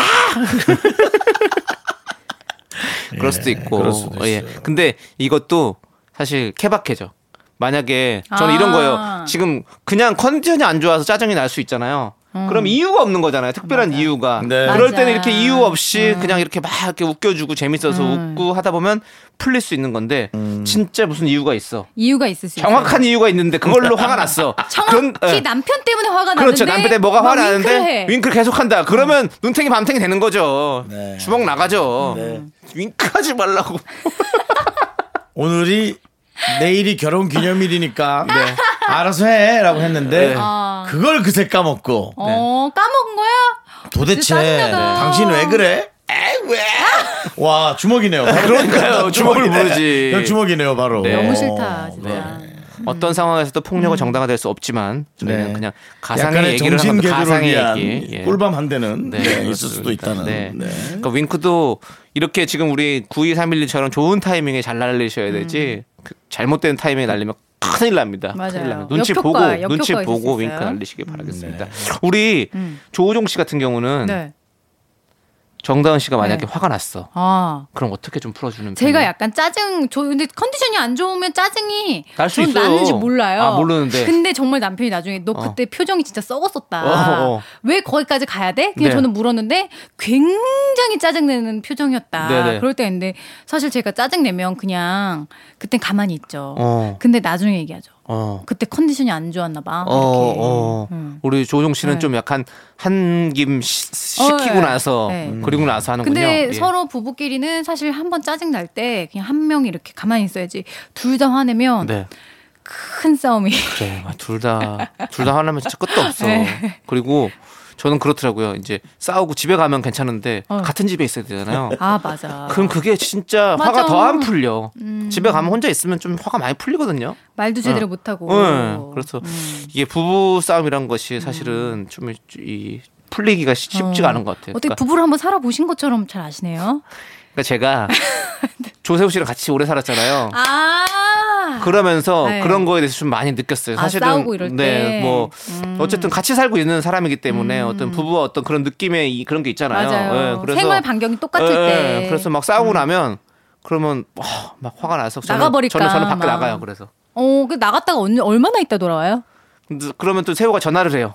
Speaker 2: 그럴 수도 있고.
Speaker 1: 그럴 수도
Speaker 2: 예.
Speaker 1: 있어요.
Speaker 2: 근데 이것도 사실 케바케죠. 만약에 저는
Speaker 4: 아.
Speaker 2: 이런 거예요. 지금 그냥 컨디션이 안 좋아서 짜증이 날 수 있잖아요. 그럼 이유가 없는 거잖아요. 특별한 이유가.
Speaker 1: 네.
Speaker 2: 그럴
Speaker 4: 음. 맞아.
Speaker 2: 때는 이렇게 이유 없이
Speaker 4: 음.
Speaker 2: 그냥 이렇게 막 이렇게 웃겨주고 재밌어서 웃고 하다 보면 풀릴 수 있는 건데
Speaker 1: 음.
Speaker 2: 진짜 무슨 이유가 있어.
Speaker 4: 이유가 있을 수 있어요.
Speaker 2: 정확한 이유가 있는데 그걸로 화가 났어.
Speaker 4: 정확히
Speaker 2: 그런- 예.
Speaker 4: 남편 때문에 화가
Speaker 2: 그렇죠.
Speaker 4: 나는데
Speaker 2: 남편에 뭐가
Speaker 4: 막
Speaker 2: 화
Speaker 4: 윙크를
Speaker 2: 나는데
Speaker 4: 해.
Speaker 2: 윙크 계속한다. 그러면 눈탱이 밤탱이 되는 거죠.
Speaker 1: 네.
Speaker 2: 주먹 나가죠.
Speaker 1: 네.
Speaker 2: 윙크하지 말라고.
Speaker 1: 오늘이 내일이 결혼 기념일이니까 알아서 해라고 했는데
Speaker 2: 네.
Speaker 1: 그걸 그새 까먹고
Speaker 4: 어 까먹은 거야?
Speaker 1: 도대체
Speaker 4: 짜증나다.
Speaker 1: 당신 왜 그래? 에이 왜? 와 주먹이네요.
Speaker 2: 그러니까요. 주먹을 부르지.
Speaker 1: 그 주먹이네요 바로.
Speaker 2: 네.
Speaker 4: 너무
Speaker 1: 어,
Speaker 4: 싫다 진짜.
Speaker 2: 어떤 상황에서도 폭력은 정당화될 수 없지만 저희는
Speaker 1: 음. 네.
Speaker 2: 그냥 가상의
Speaker 1: 약간의
Speaker 2: 얘기를 하는
Speaker 1: 정신
Speaker 2: 거죠.
Speaker 1: 개조를
Speaker 2: 가상의
Speaker 1: 위한
Speaker 2: 얘기. 예.
Speaker 1: 꿀밤 한 대는
Speaker 2: 네,
Speaker 1: 네, 있을
Speaker 2: 그렇습니다.
Speaker 1: 수도 있다는.
Speaker 2: 네.
Speaker 1: 네.
Speaker 2: 그러니까 윙크도 이렇게 지금 우리 9231님처럼 좋은 타이밍에 잘 날리셔야 되지 그 잘못된 타이밍에 날리면 큰일 납니다.
Speaker 4: 음. 맞아요.
Speaker 2: 큰일 납니다. 눈치
Speaker 4: 역효과,
Speaker 2: 보고
Speaker 4: 역효과
Speaker 2: 눈치
Speaker 4: 있을
Speaker 2: 보고
Speaker 4: 수 있어요.
Speaker 2: 윙크 날리시길
Speaker 1: 음.
Speaker 2: 바라겠습니다.
Speaker 1: 네.
Speaker 2: 우리
Speaker 4: 음.
Speaker 2: 조우종 씨 같은 경우는
Speaker 4: 네.
Speaker 2: 정다은 씨가 만약에
Speaker 4: 네.
Speaker 2: 화가 났어.
Speaker 4: 아
Speaker 2: 그럼 어떻게 좀 풀어주는
Speaker 4: 제가
Speaker 2: 편이에요?
Speaker 4: 약간 짜증 저 근데 컨디션이 안 좋으면 짜증이
Speaker 2: 날수
Speaker 4: 좀
Speaker 2: 있어요.
Speaker 4: 나는지 몰라요.
Speaker 2: 아, 모르는데.
Speaker 4: 근데 정말 남편이 나중에 너 그때 표정이 진짜 썩었었다.
Speaker 2: 어, 어.
Speaker 4: 왜 거기까지 가야 돼? 그냥
Speaker 2: 네.
Speaker 4: 저는 물었는데 굉장히 짜증내는 표정이었다.
Speaker 2: 네네.
Speaker 4: 그럴 때인데 사실 제가 짜증 내면 그냥 그땐 가만히 있죠.
Speaker 2: 어.
Speaker 4: 근데 나중에 얘기하죠.
Speaker 2: 어.
Speaker 4: 그때 컨디션이 안 좋았나 봐.
Speaker 2: 어, 어.
Speaker 4: 이렇게. 음.
Speaker 2: 우리 조종 씨는
Speaker 4: 네.
Speaker 2: 좀 약간 한김 시-
Speaker 4: 어,
Speaker 2: 시키고
Speaker 4: 예.
Speaker 2: 나서
Speaker 4: 네. 음.
Speaker 2: 그리고 나서 하는군요.
Speaker 4: 근데
Speaker 2: 예.
Speaker 4: 서로 부부끼리는 사실 한 번 짜증 날 때 그냥 한 명 이렇게 가만히 있어야지 둘 다 화내면
Speaker 2: 네.
Speaker 4: 큰 싸움이
Speaker 2: 그래. 둘다 둘 다 화나면 진짜 끝도 없어.
Speaker 4: 네.
Speaker 2: 그리고 저는 그렇더라고요. 이제 싸우고 집에 가면 괜찮은데
Speaker 4: 어.
Speaker 2: 같은 집에 있어야 되잖아요.
Speaker 4: 아 맞아.
Speaker 2: 그럼 그게 진짜
Speaker 4: 맞아. 음.
Speaker 2: 화가 더 안 풀려. 집에 가면 혼자 있으면 좀 화가 많이 풀리거든요.
Speaker 4: 말도 제대로 못하고.
Speaker 2: 응. 그렇죠. 그래서
Speaker 4: 음.
Speaker 2: 이게 부부 싸움이란 것이 사실은 좀 이 풀리기가 쉽- 쉽지가
Speaker 4: 어.
Speaker 2: 않은 것 같아요.
Speaker 4: 어떻게
Speaker 2: 그러니까,
Speaker 4: 부부를 한번 살아보신 것처럼 잘 아시네요.
Speaker 2: 그러니까 제가
Speaker 4: 네.
Speaker 2: 조세호 씨랑 같이 오래 살았잖아요.
Speaker 4: 아.
Speaker 2: 그러면서
Speaker 4: 네.
Speaker 2: 그런 거에 대해서 좀 많이 느꼈어요.
Speaker 4: 아,
Speaker 2: 사실은
Speaker 4: 싸우고 이럴
Speaker 2: 네,
Speaker 4: 때. 음.
Speaker 2: 뭐 어쨌든 같이 살고 있는 사람이기 때문에 어떤 부부와 어떤 그런 느낌의 이- 그런 게 있잖아요.
Speaker 4: 맞아요.
Speaker 2: 예,
Speaker 4: 생활 반경이 똑같을
Speaker 2: 예,
Speaker 4: 때. 음.
Speaker 2: 예, 그래서 막 싸우고 나면 그러면 와, 막 화가 나서 저는-
Speaker 4: 나가버릴까,
Speaker 2: 저는 저는 밖에
Speaker 4: 막.
Speaker 2: 나가요. 그래서
Speaker 4: 어, 그 나갔다가 언, 얼마나 있다 돌아와요?
Speaker 2: 근데 그러면 또 세호가 전화를 해요.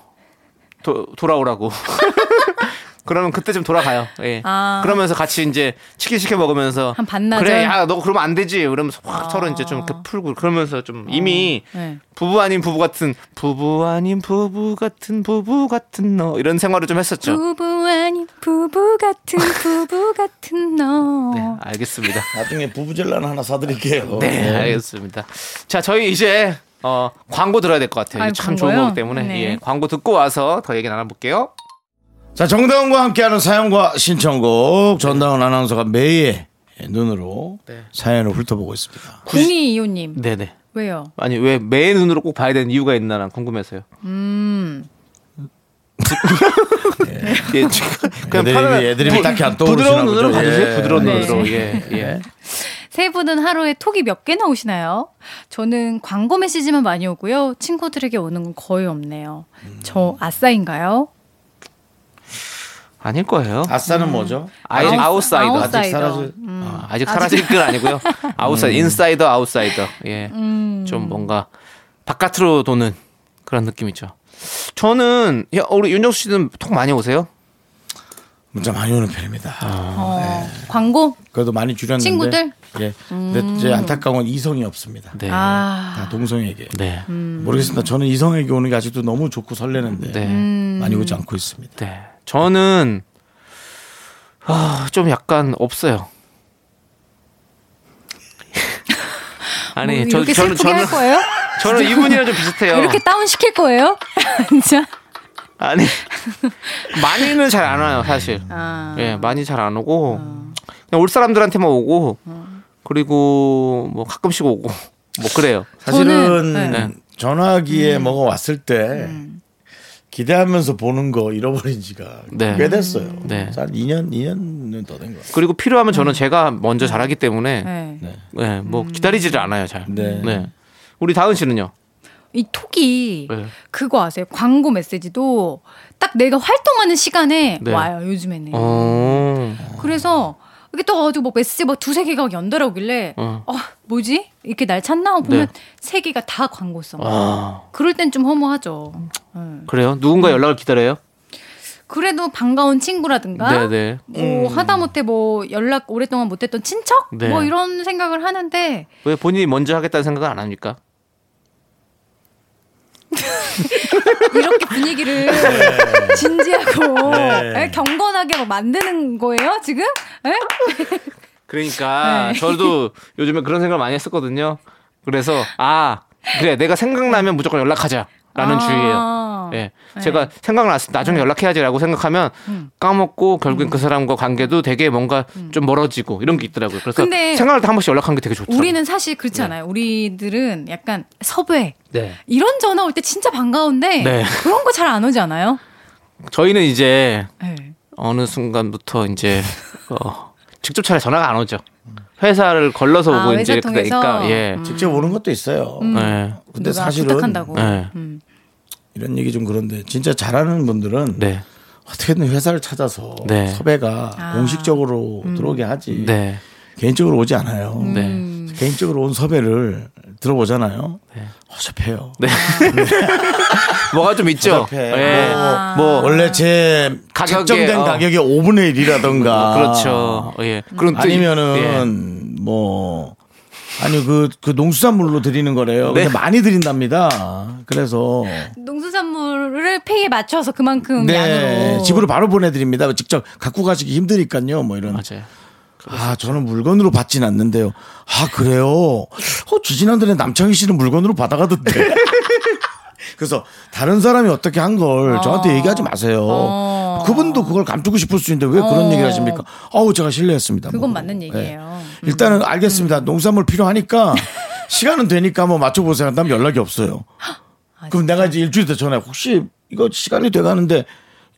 Speaker 2: 도- 돌아오라고. 그러면 그때 좀 돌아가요. 예.
Speaker 4: 아.
Speaker 2: 그러면서 같이 이제 치킨 시켜 먹으면서
Speaker 4: 한 반나절? 아.
Speaker 2: 그래, 야, 너 그러면 안 되지. 이러면서 확 서로 이제 좀 이렇게 풀고 그러면서 좀 이미
Speaker 4: 네.
Speaker 2: 부부 아닌 부부 같은 부부 아닌 부부 같은 부부 같은 너 이런 생활을 좀 했었죠.
Speaker 4: 부부 아닌 부부 같은 부부 같은 너.
Speaker 2: 네, 알겠습니다.
Speaker 1: 나중에 부부젤라는 하나 사드릴게요.
Speaker 2: 네, 알겠습니다. 자, 저희 이제 어, 광고 들어야 될 것 같아요.
Speaker 4: 아이,
Speaker 2: 이게 참
Speaker 4: 광고요?
Speaker 2: 좋은 거기 때문에
Speaker 4: 네.
Speaker 2: 예, 광고 듣고 와서 더 얘기 나눠볼게요.
Speaker 1: 자, 정다운과 함께하는 사연과 신청곡 전다운 아나운서가 매일 눈으로
Speaker 2: 네.
Speaker 1: 사연을 훑어보고 있습니다.
Speaker 4: 공이 이호님
Speaker 2: 네네.
Speaker 4: 왜요?
Speaker 2: 아니 왜 매 눈으로 꼭 봐야 되는 이유가 있나 난 궁금해서요.
Speaker 4: 음.
Speaker 2: 예, 지금 그냥
Speaker 1: 애드립이-
Speaker 2: 편안한-
Speaker 1: 애드립이
Speaker 2: 부-
Speaker 1: 딱히 안
Speaker 2: 부드러운
Speaker 1: 떠오르시나
Speaker 2: 눈으로
Speaker 1: 보죠.
Speaker 2: 봐주세요.
Speaker 1: 예.
Speaker 2: 부드러운
Speaker 4: 네.
Speaker 2: 눈으로. 예, 예.
Speaker 4: 세 분은 하루에 톡이 몇 개나 오시나요? 저는 광고 메시지만 많이 오고요. 친구들에게 오는 건 거의 없네요.
Speaker 2: 음.
Speaker 4: 저 아싸인가요?
Speaker 2: 아닐 거예요.
Speaker 1: 아싸는 뭐죠?
Speaker 2: 아, 직 아웃사이더.
Speaker 4: 음. 아웃사이더.
Speaker 1: 아직 사라질-
Speaker 2: 아, 아직 사라질 건 아니고요.
Speaker 1: 음.
Speaker 2: 아웃사이더, 인사이더, 아웃사이더. 예. 좀 뭔가 바깥으로 도는 그런 느낌이죠. 저는 야, 우리 윤정수 씨는 톡 많이 오세요?
Speaker 1: 문자 많이 오는 편입니다.
Speaker 2: 아.
Speaker 4: 어,
Speaker 2: 네.
Speaker 4: 광고?
Speaker 1: 그래도 많이 줄였는데.
Speaker 4: 친구들? 음.
Speaker 1: 예. 근데 이제 안타까운 건 이성이 없습니다.
Speaker 2: 네.
Speaker 4: 아,
Speaker 1: 다 동성에게.
Speaker 2: 네.
Speaker 1: 모르겠습니다. 저는 이성에게 오는 게 아직도 너무 좋고 설레는데
Speaker 2: 네.
Speaker 4: 음.
Speaker 1: 많이 오지 않고 있습니다.
Speaker 2: 네. 저는 아, 좀 약간 없어요. 아니,
Speaker 4: 뭐
Speaker 2: 저
Speaker 4: 이렇게
Speaker 2: 저는
Speaker 4: 슬프게
Speaker 2: 저는
Speaker 4: 할 거예요? 아,
Speaker 2: 저는 이분이랑 좀 비슷해요.
Speaker 4: 이렇게 다운 시킬 거예요? 진짜?
Speaker 2: 아니 많이는 잘 안 와요 사실.
Speaker 4: 아,
Speaker 2: 예, 많이 잘 안 오고 그냥 올 사람들한테만 뭐 오고
Speaker 4: 아.
Speaker 2: 그리고 뭐 가끔씩 오고 뭐 그래요.
Speaker 1: 사실은
Speaker 4: 저는- 음.
Speaker 2: 네.
Speaker 1: 전화기에 뭐가 왔을 때 기대하면서 보는 거 잃어버린 지가
Speaker 2: 네.
Speaker 1: 꽤 됐어요.
Speaker 2: 네.
Speaker 1: 한 2년, 2년은 더 된 것 같아요.
Speaker 2: 그리고 필요하면 저는 제가 먼저 잘하기 때문에
Speaker 4: 음. 네.
Speaker 2: 예, 뭐 기다리지를 않아요 잘.
Speaker 1: 네.
Speaker 2: 네. 우리 다은 씨는요?
Speaker 4: 이 톡이
Speaker 2: 네.
Speaker 4: 그거 아세요? 광고 메시지도 딱 내가 활동하는 시간에
Speaker 2: 네.
Speaker 4: 와요, 요즘에는.
Speaker 2: 어.
Speaker 4: 그래서 이게 떠가지고 막 메시지 막 두세 개가 연달아 오길래
Speaker 2: 어.
Speaker 4: 어. 뭐지? 이렇게 날 찾나? 하고 보면
Speaker 2: 네.
Speaker 4: 세 개가 다 광고성.
Speaker 2: 아.
Speaker 4: 그럴 땐 좀 허무하죠. 예.
Speaker 2: 그래요? 누군가 연락을 기다려요?
Speaker 4: 그래도 반가운 친구라든가
Speaker 2: 네, 네.
Speaker 4: 뭐 하다못해 뭐 연락 오랫동안 못했던 친척
Speaker 2: 네.
Speaker 4: 뭐 이런 생각을 하는데
Speaker 2: 왜 본인이 먼저 하겠다는 생각을 안 합니까?
Speaker 4: 이렇게 분위기를 진지하고
Speaker 1: 네.
Speaker 4: 예, 경건하게 막 만드는 거예요 지금? 예?
Speaker 2: 그러니까
Speaker 4: 네.
Speaker 2: 저도 요즘에 그런 생각을 많이 했었거든요. 그래서 아 그래 내가 생각나면 무조건 연락하자라는
Speaker 4: 아. 네.
Speaker 2: 주의예요. 예, 제가 생각났을 때 나중에 연락해야지라고 생각하면
Speaker 4: 음.
Speaker 2: 까먹고 결국엔 그 사람과 관계도 되게 뭔가 좀 멀어지고 이런 게 있더라고요. 그래서
Speaker 4: 근데
Speaker 2: 생각을 다 한 번씩 연락하는 게 되게 좋더라고요.
Speaker 4: 우리는 사실 그렇지
Speaker 1: 네.
Speaker 4: 않아요. 우리들은 약간 섭외
Speaker 2: 네.
Speaker 4: 이런 전화 올 때 진짜 반가운데
Speaker 2: 네.
Speaker 4: 그런 거 잘 안 오지 않아요?
Speaker 2: 저희는 이제
Speaker 4: 예.
Speaker 2: 어느 순간부터 이제 어, 직접 차례 전화가 안 오죠. 회사를 걸러서
Speaker 4: 아,
Speaker 2: 오고
Speaker 4: 회사
Speaker 2: 이제
Speaker 4: 통해서?
Speaker 2: 그러니까 예.
Speaker 1: 직접 오는 것도 있어요.
Speaker 2: 네.
Speaker 1: 근데
Speaker 4: 음. 누가
Speaker 1: 사실은
Speaker 4: 부탁한다고.
Speaker 2: 네.
Speaker 4: 음.
Speaker 1: 이런 얘기 좀 그런데 진짜 잘하는 분들은
Speaker 2: 네.
Speaker 1: 어떻게든 회사를 찾아서
Speaker 2: 네.
Speaker 1: 섭외가
Speaker 4: 아.
Speaker 1: 공식적으로 들어오게 하지
Speaker 2: 네.
Speaker 1: 개인적으로 오지 않아요.
Speaker 4: 음.
Speaker 2: 네.
Speaker 1: 개인적으로 온 섭외를 들어보잖아요.
Speaker 2: 네.
Speaker 1: 허접해요.
Speaker 2: 뭐가 좀 있죠.
Speaker 1: 복잡해.
Speaker 2: 예.
Speaker 1: 뭐,
Speaker 2: 뭐
Speaker 1: 원래 제
Speaker 2: 가격에,
Speaker 1: 책정된
Speaker 2: 어.
Speaker 1: 가격의 5분의 1이라던가
Speaker 2: 어, 그렇죠. 예. 그럼 또 이- 예.
Speaker 1: 아니면은 뭐 아니 그, 그 농수산물로 드리는 거래요.
Speaker 2: 네.
Speaker 1: 근데 많이 드린답니다. 그래서
Speaker 4: 농수산물을 페이에 맞춰서 그만큼
Speaker 1: 네
Speaker 4: 양으로
Speaker 1: 집으로 바로 보내드립니다. 직접 갖고 가시기 힘드니까요. 뭐 이런
Speaker 2: 맞아요.
Speaker 1: 아, 저는 물건으로 받진 않는데요. 아, 그래요? 어, 지지난달에 남창희 씨는 물건으로 받아가던데. 그래서 다른 사람이 어떻게 한 걸 저한테 얘기하지 마세요.
Speaker 4: 아. 어.
Speaker 1: 그분도 그걸 감추고 싶을 수 있는데 왜 그런
Speaker 4: 어.
Speaker 1: 얘기를 하십니까? 어우, 제가 실례했습니다.
Speaker 4: 그건
Speaker 1: 뭐.
Speaker 4: 맞는 얘기예요.
Speaker 1: 예. 일단은 알겠습니다. 농산물 필요하니까 시간은 되니까 한번 맞춰보세요. 한 다음 연락이 없어요. 그럼 내가 이제 일주일 더 전에 혹시 이거 시간이 돼가는데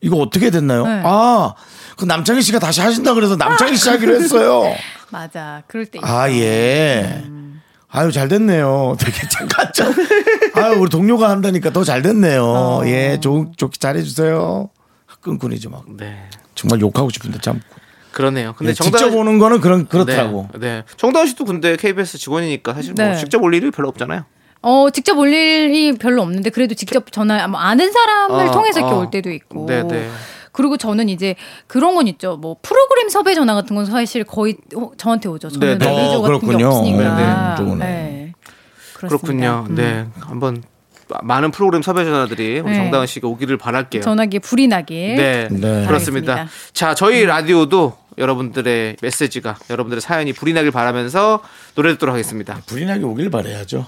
Speaker 1: 이거 어떻게 됐나요?
Speaker 4: 네.
Speaker 1: 아, 그 남창희 씨가 다시 하신다 그래서 남창희 씨 하기로 했어요.
Speaker 4: 맞아. 그럴 때
Speaker 1: 아, 예. 아유, 잘 됐네요. 되게 잠깐 좀. 아유, 우리 동료가 한다니까 더 잘 됐네요. 예, 좋, 좋게 잘해주세요. 끈끈이지 막.
Speaker 2: 네.
Speaker 1: 정말 욕하고 싶은데 참고.
Speaker 2: 그러네요. 근데
Speaker 1: 예,
Speaker 2: 정다은
Speaker 1: 직접
Speaker 2: 씨-
Speaker 1: 오는 거는 그런, 그렇더라고.
Speaker 2: 네. 네. 정다은 씨도 근데 KBS 직원이니까 사실 뭐
Speaker 4: 네.
Speaker 2: 직접 올 일이 별로 없잖아요.
Speaker 4: 어, 직접 올 일이 별로 없는데 그래도 직접 전화 뭐 아는 사람을
Speaker 2: 어,
Speaker 4: 통해서 이렇게
Speaker 2: 어.
Speaker 4: 올 때도 있고.
Speaker 2: 네, 네.
Speaker 4: 그리고 저는 이제 그런 건 있죠. 뭐 프로그램 섭외 전화 같은 건 사실 거의 어, 저한테 오죠. 저는
Speaker 2: 네, 네.
Speaker 4: 매니저
Speaker 1: 어,
Speaker 4: 같은
Speaker 1: 그렇군요.
Speaker 4: 게 없으니까.
Speaker 1: 네, 네, 그쪽은.
Speaker 4: 네. 그렇습니다.
Speaker 2: 그렇군요.
Speaker 4: 음.
Speaker 2: 네. 한번 마- 많은 프로그램 섭외 전화들이 우리
Speaker 4: 네.
Speaker 2: 정다은 씨가 오기를 바랄게요.
Speaker 4: 전화기에 불이 나길.
Speaker 2: 네.
Speaker 1: 네.
Speaker 2: 그렇습니다.
Speaker 4: 바라겠습니다.
Speaker 2: 자, 저희 라디오도 여러분들의 메시지가 여러분들의 사연이 불이 나길 바라면서 노래 듣도록 하겠습니다.
Speaker 1: 불이 나게 오길 바라야죠.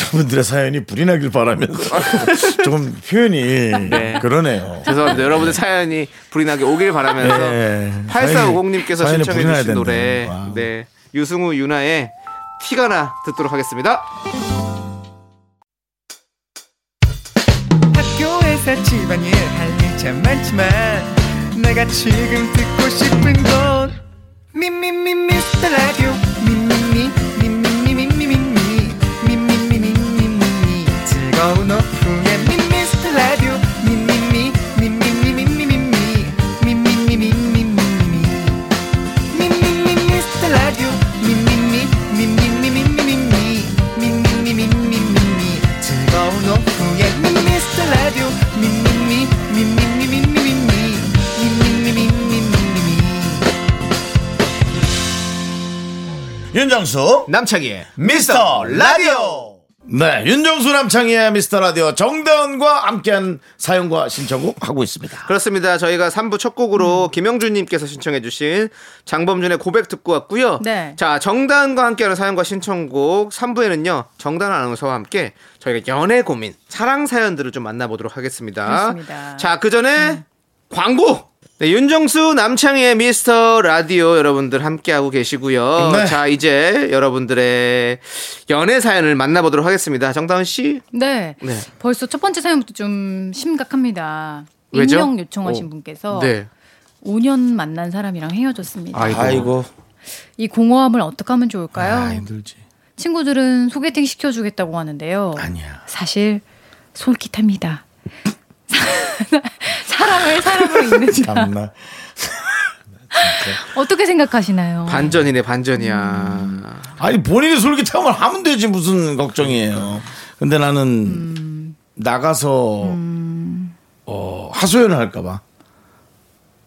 Speaker 1: 여러분들의 사연이 불이 나길 바라면서. 조금 표현이
Speaker 2: 네.
Speaker 1: 그러네요.
Speaker 2: 죄송합니다. 여러분들 사연이 불이 나게 오길 바라면서
Speaker 1: 네.
Speaker 2: 8450님께서
Speaker 1: 사연이 불이
Speaker 2: 신청해
Speaker 1: 나야
Speaker 2: 주신
Speaker 1: 됐네.
Speaker 2: 노래
Speaker 1: 와우.
Speaker 2: 네. 유승우 유나의 티가 나 듣도록 하겠습니다.
Speaker 5: 혼자 집안일 할 일 참 많지만 내가 지금 듣고 싶은 건 미미미 미스터 라디오 미미미 미미미 미미미 미미미 미미미 즐거운 오후에 미미스터 라디오 미미미 미미미 미미미 미미미 미미미
Speaker 1: 아. 윤정수
Speaker 2: 남창희의
Speaker 1: 미스터 라디오. 네, 윤정수 남창희의 미스터 라디오 정다은과 함께한 사연과 신청곡 하고 있습니다.
Speaker 2: 그렇습니다. 저희가 3부 첫
Speaker 4: 음.
Speaker 2: 곡으로 김영준님께서 신청해주신 장범준의 고백 듣고 왔고요.
Speaker 4: 네.
Speaker 2: 자, 정다은과 함께하는 사연과 신청곡 3부에는요, 정다은 아나운서와 함께 저희가 연애 고민, 사랑 사연들을 좀 만나보도록 하겠습니다.
Speaker 4: 그렇습니다. 네.
Speaker 2: 자, 그 전에 광고! 네, 윤정수 남창희의 미스터 라디오 여러분들 함께하고 계시고요.
Speaker 1: 네.
Speaker 2: 자, 이제 여러분들의 연애 사연을 만나보도록 하겠습니다. 정다은 씨,
Speaker 4: 네.
Speaker 2: 네.
Speaker 4: 벌써 첫 번째 사연부터 좀 심각합니다.
Speaker 2: 왜죠?
Speaker 4: 익명 요청하신
Speaker 2: 오.
Speaker 4: 분께서
Speaker 2: 네.
Speaker 4: 5년 만난 사람이랑 헤어졌습니다.
Speaker 2: 아이고.
Speaker 4: 이 공허함을 어떻게 하면 좋을까요?
Speaker 1: 아, 힘들지.
Speaker 4: 친구들은 소개팅 시켜주겠다고 하는데요.
Speaker 1: 아니야.
Speaker 4: 사실 솔깃합니다. 사람을 사람으로 있는다.
Speaker 1: 참나.
Speaker 4: 어떻게 생각하시나요?
Speaker 2: 반전이네, 반전이야.
Speaker 1: 아니 본인이 솔깃하면 하면 되지 무슨 걱정이에요. 근데 나는 나가서
Speaker 4: 음.
Speaker 1: 어, 하소연을 할까봐.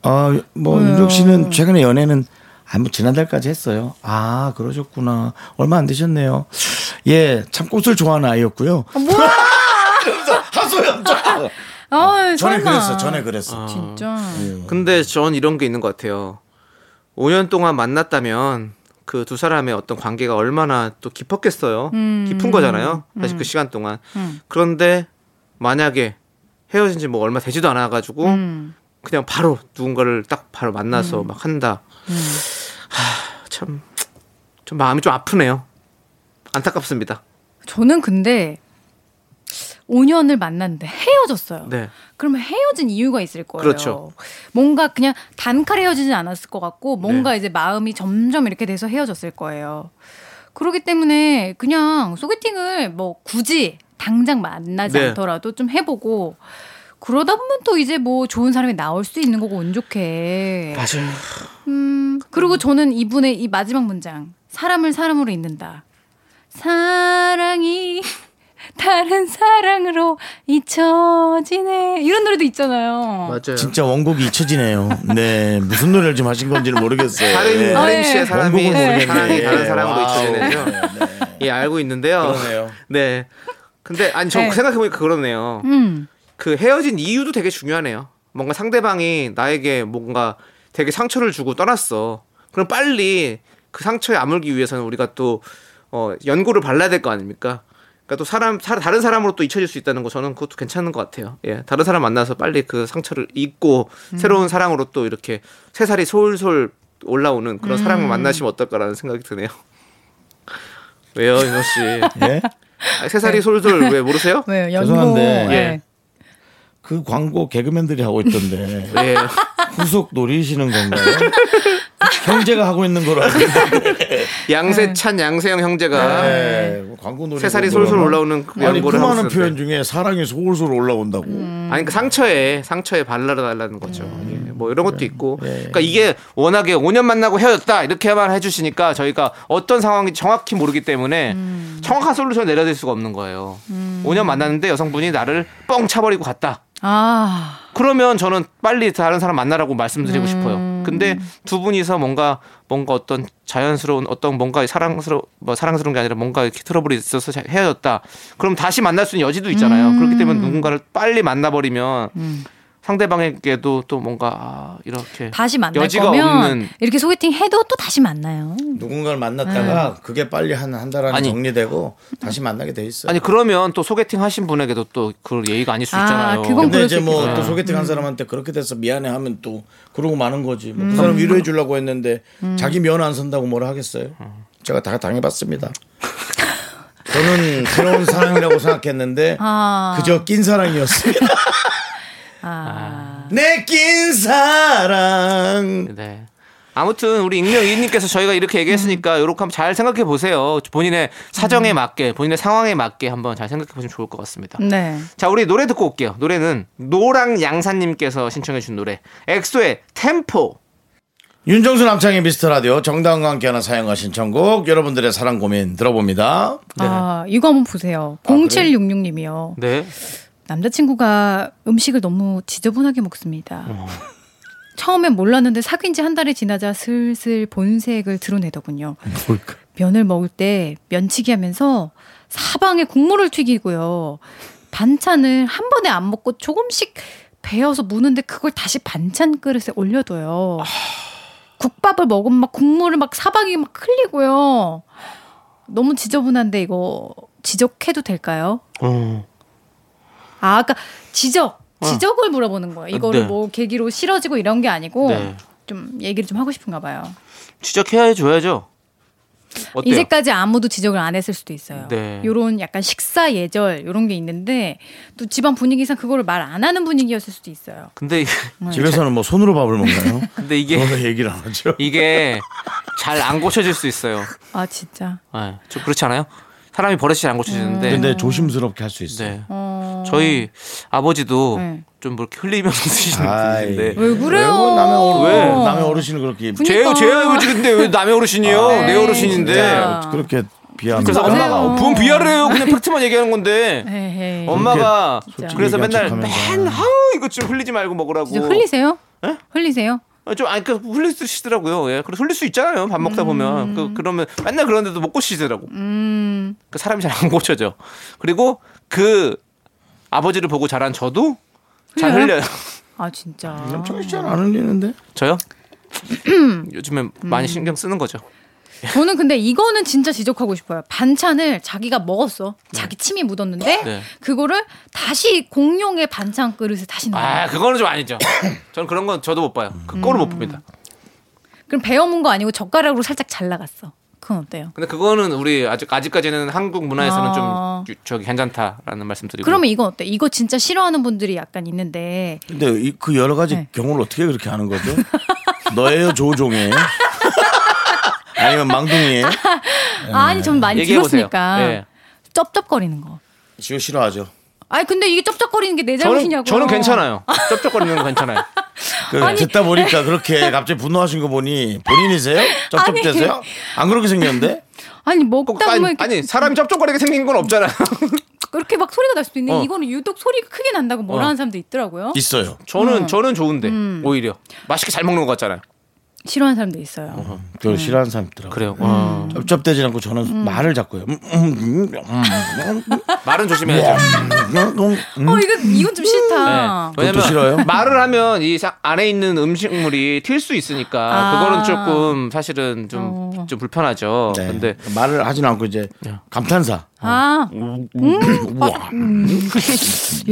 Speaker 1: 아뭐 윤종 씨는 최근에 연애는 아무 뭐 지난달까지 했어요. 아 그러셨구나. 얼마 안 되셨네요. 예, 참 꽃을 좋아하는 아이였고요.
Speaker 4: 뭐야?
Speaker 1: 그래서 하소연. 쫙. 전에
Speaker 4: 아, 설마.
Speaker 1: 그랬어. 전에 그랬어.
Speaker 2: 아,
Speaker 1: 예.
Speaker 4: 진짜.
Speaker 2: 근데 전 이런 게 있는 것 같아요. 5년 동안 만났다면 그 두 사람의 어떤 관계가 얼마나 또 깊었겠어요. 깊은 거잖아요. 사실 그 시간 동안. 그런데 만약에 헤어진 지 뭐 얼마 되지도 않아 가지고 그냥 바로 누군가를 딱 바로 만나서 막 한다. 하, 참, 좀 마음이 좀 아프네요. 안타깝습니다.
Speaker 4: 저는 근데 5년을 만났는데 헤어졌어요.
Speaker 2: 네.
Speaker 4: 그러면 헤어진 이유가 있을 거예요.
Speaker 2: 그렇죠.
Speaker 4: 뭔가 그냥 단칼에 헤어지진 않았을 것 같고 뭔가
Speaker 2: 네.
Speaker 4: 이제 마음이 점점 이렇게 돼서 헤어졌을 거예요. 그렇기 때문에 그냥 소개팅을 뭐 굳이 당장 만나지
Speaker 2: 네.
Speaker 4: 않더라도 좀 해보고 그러다 보면 또 이제 뭐 좋은 사람이 나올 수 있는 거고 운 좋게.
Speaker 2: 맞아요.
Speaker 4: 음, 그리고 저는 이분의 이 마지막 문장. 사람을 사람으로 잊는다. 사랑이 다른 사랑으로 잊혀지네. 이런 노래도 있잖아요.
Speaker 2: 맞아요.
Speaker 1: 진짜 원곡이 잊혀지네요. 네, 무슨 노래를 지금 하신 건지는 모르겠어요. 예.
Speaker 2: 하림, 하림 씨의 사람이
Speaker 1: 원곡은 모르겠네.
Speaker 2: 사랑이 다른
Speaker 1: 예,
Speaker 2: 사람으로
Speaker 1: 와우.
Speaker 2: 잊혀지네요. 예, 알고 있는데요.
Speaker 1: 그러네요.
Speaker 2: 네. 근데 아니 저
Speaker 4: 네.
Speaker 2: 생각해보니까 그러네요.
Speaker 4: 음.
Speaker 2: 그 헤어진 이유도 되게 중요하네요. 뭔가 상대방이 나에게 뭔가 되게 상처를 주고 떠났어. 그럼 빨리 그 상처에 아물기 위해서는 우리가 또 어, 연고를 발라야 될 거 아닙니까? 그러니까 또 사람 사- 다른 사람으로 또 잊혀질 수 있다는 거 저는 그것도 괜찮은 것 같아요. 예, 다른 사람 만나서 빨리 그 상처를 잊고 새로운 사랑으로 또 이렇게 새살이 솔솔 올라오는 그런 사람을 만나시면 어떨까라는 생각이 드네요. 왜요, 윤호 씨?
Speaker 1: 예?
Speaker 2: 아, 새살이 솔솔 왜 모르세요?
Speaker 4: 왜요? 연고.
Speaker 1: 죄송한데.
Speaker 4: 네.
Speaker 1: 그 광고 개그맨들이 하고 있던데
Speaker 2: 예.
Speaker 1: 후속 노리시는 건가요? 형제가 하고 있는 거로
Speaker 2: 네.
Speaker 1: 알고 있는데
Speaker 2: 양세찬, 양세형 형제가
Speaker 1: 네, 광고 노리
Speaker 2: 새살이 솔솔 올라오는 그
Speaker 1: 아니
Speaker 2: 연고를 하고
Speaker 1: 품하는
Speaker 2: 있었는데.
Speaker 1: 표현 중에 사랑이 솔솔 올라온다고
Speaker 2: 아니 그 상처에 상처에 발라달라는 거죠. 예, 뭐 이런 것도 있고.
Speaker 1: 음. 예.
Speaker 2: 그러니까 이게 워낙에 5년 만나고 헤어졌다 이렇게만 해주시니까 저희가 어떤 상황이 정확히 모르기 때문에
Speaker 1: 음.
Speaker 2: 정확한 솔루션 내려질 수가 없는 거예요. 5년 만났는데 여성분이 나를 뻥 차버리고 갔다.
Speaker 4: 아,
Speaker 2: 그러면 저는 빨리 다른 사람 만나라고 말씀드리고
Speaker 4: 음.
Speaker 2: 싶어요. 근데 두 분이서 뭔가 뭔가 어떤 자연스러운 어떤 뭔가 사랑스러 뭐 사랑스러운 게 아니라 뭔가 이렇게 트러블이 있어서 자- 헤어졌다. 그럼 다시 만날 수 있는 여지도 있잖아요.
Speaker 4: 음.
Speaker 2: 그렇기 때문에 누군가를 빨리 만나버리면 상대방에게도 또 뭔가 아, 이렇게
Speaker 4: 다시 만날
Speaker 2: 여지가
Speaker 4: 거면
Speaker 2: 없는
Speaker 4: 이렇게 소개팅 해도 또 다시 만나요.
Speaker 1: 누군가를 만났다가 그게 빨리 한 한 달 안에
Speaker 2: 아니.
Speaker 1: 정리되고 다시 만나게 돼 있어요
Speaker 2: 아니 그러면 또 소개팅 하신 분에게도 또 그 예의가 아닐 수
Speaker 4: 아,
Speaker 2: 있잖아요.
Speaker 4: 그건
Speaker 1: 근데
Speaker 4: 그럴
Speaker 1: 이제
Speaker 4: 수
Speaker 1: 뭐
Speaker 4: 있겠다. 음.
Speaker 1: 또 소개팅 한 사람한테 그렇게 돼서 미안해 하면 또 그러고 마는 거지 뭐그
Speaker 4: 음.
Speaker 1: 사람 위로해 주려고 했는데 자기 면 안 선다고 뭐라 하겠어요 제가 다 당해봤습니다 저는 새로운 사랑이라고 생각했는데
Speaker 4: 아.
Speaker 1: 그저 낀 사랑이었습니다
Speaker 4: 아,
Speaker 1: 내낀 사랑.
Speaker 2: 네. 아무튼 우리 익명 이님께서 저희가 이렇게 얘기했으니까 요렇게 한번 잘 생각해 보세요. 본인의 사정에 맞게, 본인의 상황에 맞게 한번 잘 생각해 보시면 좋을 것 같습니다.
Speaker 4: 네.
Speaker 2: 자, 우리 노래 듣고 올게요. 노래는 노랑 양사님께서 신청해 준 노래. 엑소의 템포.
Speaker 1: 윤정수 남창의 미스터 라디오 정다은과 함께하는 사연과 신청곡 여러분들의 사랑 고민 들어봅니다.
Speaker 4: 아, 이거 한번 보세요.
Speaker 1: 그래요?
Speaker 4: 0766님이요.
Speaker 2: 네.
Speaker 4: 남자친구가 음식을 너무 지저분하게 먹습니다. 처음엔 몰랐는데 사귄 지 한 달이 지나자 슬슬 본색을 드러내더군요. 면을 먹을 때 면치기 하면서 사방에 국물을 튀기고요. 반찬을 한 번에 안 먹고 조금씩 베어서 무는데 그걸 다시 반찬 그릇에 올려둬요. 국밥을 먹으면 막 국물을 막 사방이 막 흘리고요. 너무 지저분한데 이거 지적해도 될까요? 아, 아까 지적. 지적을 물어보는 거예요. 이거를
Speaker 2: 네.
Speaker 4: 뭐 계기로 싫어지고 이런 게 아니고
Speaker 2: 네.
Speaker 4: 좀 얘기를 좀 하고 싶은가 봐요.
Speaker 2: 지적해 줘야죠. 어때요?
Speaker 4: 이제까지 아무도 지적을 안 했을 수도 있어요.
Speaker 2: 네.
Speaker 4: 요런 약간 식사 예절 요런 게 있는데 또 집안 분위기상 그거를 말 안 하는 분위기였을 수도 있어요.
Speaker 2: 근데 이게-
Speaker 4: 음,
Speaker 1: 집에서는 뭐 손으로 밥을 먹나요?
Speaker 2: 근데 이게
Speaker 1: 그거는 얘기를 안 하죠.
Speaker 2: 이게 잘 안 고쳐질 수 있어요.
Speaker 4: 아 진짜.
Speaker 2: 네. 좀 그렇지 않아요? 사람이 버릇이 잘 안 고쳐지는데.
Speaker 1: 음. 근데 조심스럽게 할 수 있어요.
Speaker 2: 네.
Speaker 4: 어...
Speaker 2: 저희 아버지도
Speaker 4: 네.
Speaker 2: 좀뭐 이렇게 흘리면서 드시는
Speaker 1: 아이. 예.
Speaker 2: 분인데
Speaker 4: 왜 그래요?
Speaker 1: 왜 남의 어른,
Speaker 2: 왜?
Speaker 1: 남의 어르신을 그렇게
Speaker 4: 군인-
Speaker 2: 제
Speaker 4: 그러니까.
Speaker 2: 제 아버지인데 왜 남의 어르신이요?
Speaker 4: 아,
Speaker 2: 내
Speaker 4: 에이,
Speaker 2: 어르신인데.
Speaker 4: 진짜.
Speaker 1: 그렇게 비하면
Speaker 2: 그래서
Speaker 4: 맞아요.
Speaker 2: 엄마가 어, 뭔 비하를 해요? 그냥 팩트만 얘기하는 건데.
Speaker 4: 예, 네. 에헤이.
Speaker 2: 엄마가
Speaker 4: 솔직히
Speaker 2: 그래서
Speaker 1: 얘기한
Speaker 2: 맨날
Speaker 1: 척하면서.
Speaker 2: 맨 하우 이거 좀 흘리지 말고 먹으라고.
Speaker 4: 진짜 흘리세요? 흘리세요?
Speaker 2: 어, 좀 아니 그 흘리시더라고요. 예. 그래 흘릴 수 있잖아요. 밥 먹다 보면 그 그러면 맨날 그런데도 못 고치시더라고.
Speaker 4: 음.
Speaker 2: 그 사람이 잘 안 고쳐져. 그리고 그 아버지를 보고 자란 저도 잘
Speaker 4: 흘려요?
Speaker 2: 흘려요.
Speaker 4: 아 진짜.
Speaker 1: 청취자는 안 흘리는데
Speaker 2: 저요? 요즘엔
Speaker 4: 음.
Speaker 2: 많이 신경 쓰는 거죠.
Speaker 4: 저는 근데 이거는 진짜 지적하고 싶어요. 반찬을 자기가 먹었어. 자기 침이 묻었는데
Speaker 2: 네.
Speaker 4: 그거를 다시 공룡의 반찬 그릇에 다시 넣어요.
Speaker 2: 아, 그거는 좀 아니죠. 저는 그런 건 저도 못 봐요.
Speaker 4: 음.
Speaker 2: 그거를 못 봅니다.
Speaker 4: 그럼 베어문 거 아니고 젓가락으로 살짝 잘라갔어. 그건 어때요?
Speaker 2: 근데 그거는 우리 아직 아직까지는 한국 문화에서는
Speaker 4: 아.
Speaker 2: 좀 유- 저기 괜찮다라는 말씀드리고.
Speaker 4: 그러면 이건 어때? 이거 진짜 싫어하는 분들이 약간 있는데
Speaker 1: 근데 이- 그 여러 가지
Speaker 4: 네.
Speaker 1: 경우를 어떻게 그렇게 하는 거죠? 너예요 조종이에요? 아니면 망둥이에요?
Speaker 2: 네.
Speaker 4: 아니 전 많이
Speaker 2: 얘기해 보세요.
Speaker 4: 들었으니까
Speaker 2: 예.
Speaker 4: 쩝쩝거리는 거.
Speaker 1: 지호 싫어하죠.
Speaker 4: 아니 근데 이게 쩝쩝거리는 게 내
Speaker 2: 저는
Speaker 4: 잘못이냐고.
Speaker 2: 저는 괜찮아요. 쩝쩝거리는 건 괜찮아요.
Speaker 1: 그
Speaker 4: 아니.
Speaker 1: 듣다 보니까 그렇게 갑자기 분노하신 거 보니 본인이세요? 쩝쩝대세요? 안 그렇게 생겼는데?
Speaker 4: 아니
Speaker 2: 꼭-
Speaker 4: 먹다 보면
Speaker 2: 아니,
Speaker 4: 이렇게
Speaker 2: 아니, 사람이 쩝쩝거리게 생긴 건 없잖아요.
Speaker 4: 그렇게 막 소리가 날 수도 있는데
Speaker 2: 어.
Speaker 4: 이거는 유독 소리가 크게 난다고 뭐라
Speaker 2: 어.
Speaker 4: 하는 사람도 있더라고요.
Speaker 1: 있어요.
Speaker 2: 저는
Speaker 4: 음.
Speaker 2: 저는 좋은데 오히려 맛있게 잘 먹는 것 같잖아요.
Speaker 4: 싫어하는 사람도 있어요.
Speaker 1: 그 싫어하는 사람 있더라고요.
Speaker 2: 그래요. 와.
Speaker 1: 쩝쩝대지 않고 저는 말을 잡고요. 음, 음, 음, 음, 음,
Speaker 2: 말은 조심해야죠.
Speaker 1: 음, 음, 음.
Speaker 4: 어 이건 이건 좀 싫다.
Speaker 2: 네.
Speaker 1: 그것도
Speaker 2: 왜냐면
Speaker 1: 싫어요?
Speaker 2: 말을 하면 이 사- 안에 있는 음식물이 튈 수 있으니까
Speaker 4: 아. 어.
Speaker 2: 그거는 조금 사실은 좀 좀 불편하죠.
Speaker 1: 네.
Speaker 2: 근데
Speaker 1: 말을 하진 않고 이제
Speaker 2: 예.
Speaker 1: 감탄사.
Speaker 4: 아,
Speaker 1: 우와.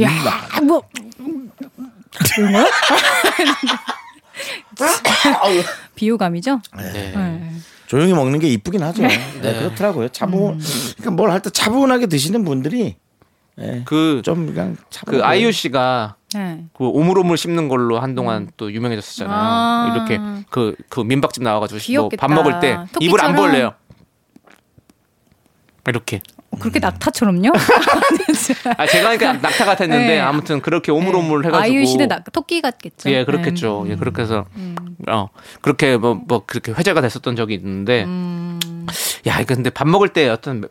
Speaker 4: 야, 뭐 비호감이죠?
Speaker 2: 네.
Speaker 4: 네.
Speaker 1: 조용히 먹는 게 이쁘긴 하죠. 네, 그렇더라고요.
Speaker 2: 음.
Speaker 1: 차분. 그러니까 뭘 할 때 차분하게 드시는 분들이
Speaker 2: 그,
Speaker 1: 네. 좀 네. 그냥 차분.
Speaker 2: 그 아이유 씨가
Speaker 4: 네.
Speaker 2: 그 오물오물 씹는 걸로 한동안 또 유명해졌었잖아요.
Speaker 4: 음. 아.
Speaker 2: 이렇게 그, 그 민박집 나와가지고 뭐
Speaker 4: 귀엽겠다.
Speaker 2: 밥 먹을 때 입을
Speaker 4: 토끼처럼?
Speaker 2: 안 벌려요. 이렇게.
Speaker 4: 어, 그렇게 낙타처럼요?
Speaker 2: 아 제가 그러니까 낙타 같았는데
Speaker 4: 네.
Speaker 2: 아무튼 그렇게 오물오물 해가지고.
Speaker 4: 아이유 씨는 낙 토끼 같겠죠. 네. 음.
Speaker 2: 예, 그렇겠죠. 예, 그렇게 해서 어 그렇게 뭐 뭐 그렇게 회자가 됐었던 적이 있는데,
Speaker 4: 음.
Speaker 2: 야, 이거 근데 밥 먹을 때 어떤 매-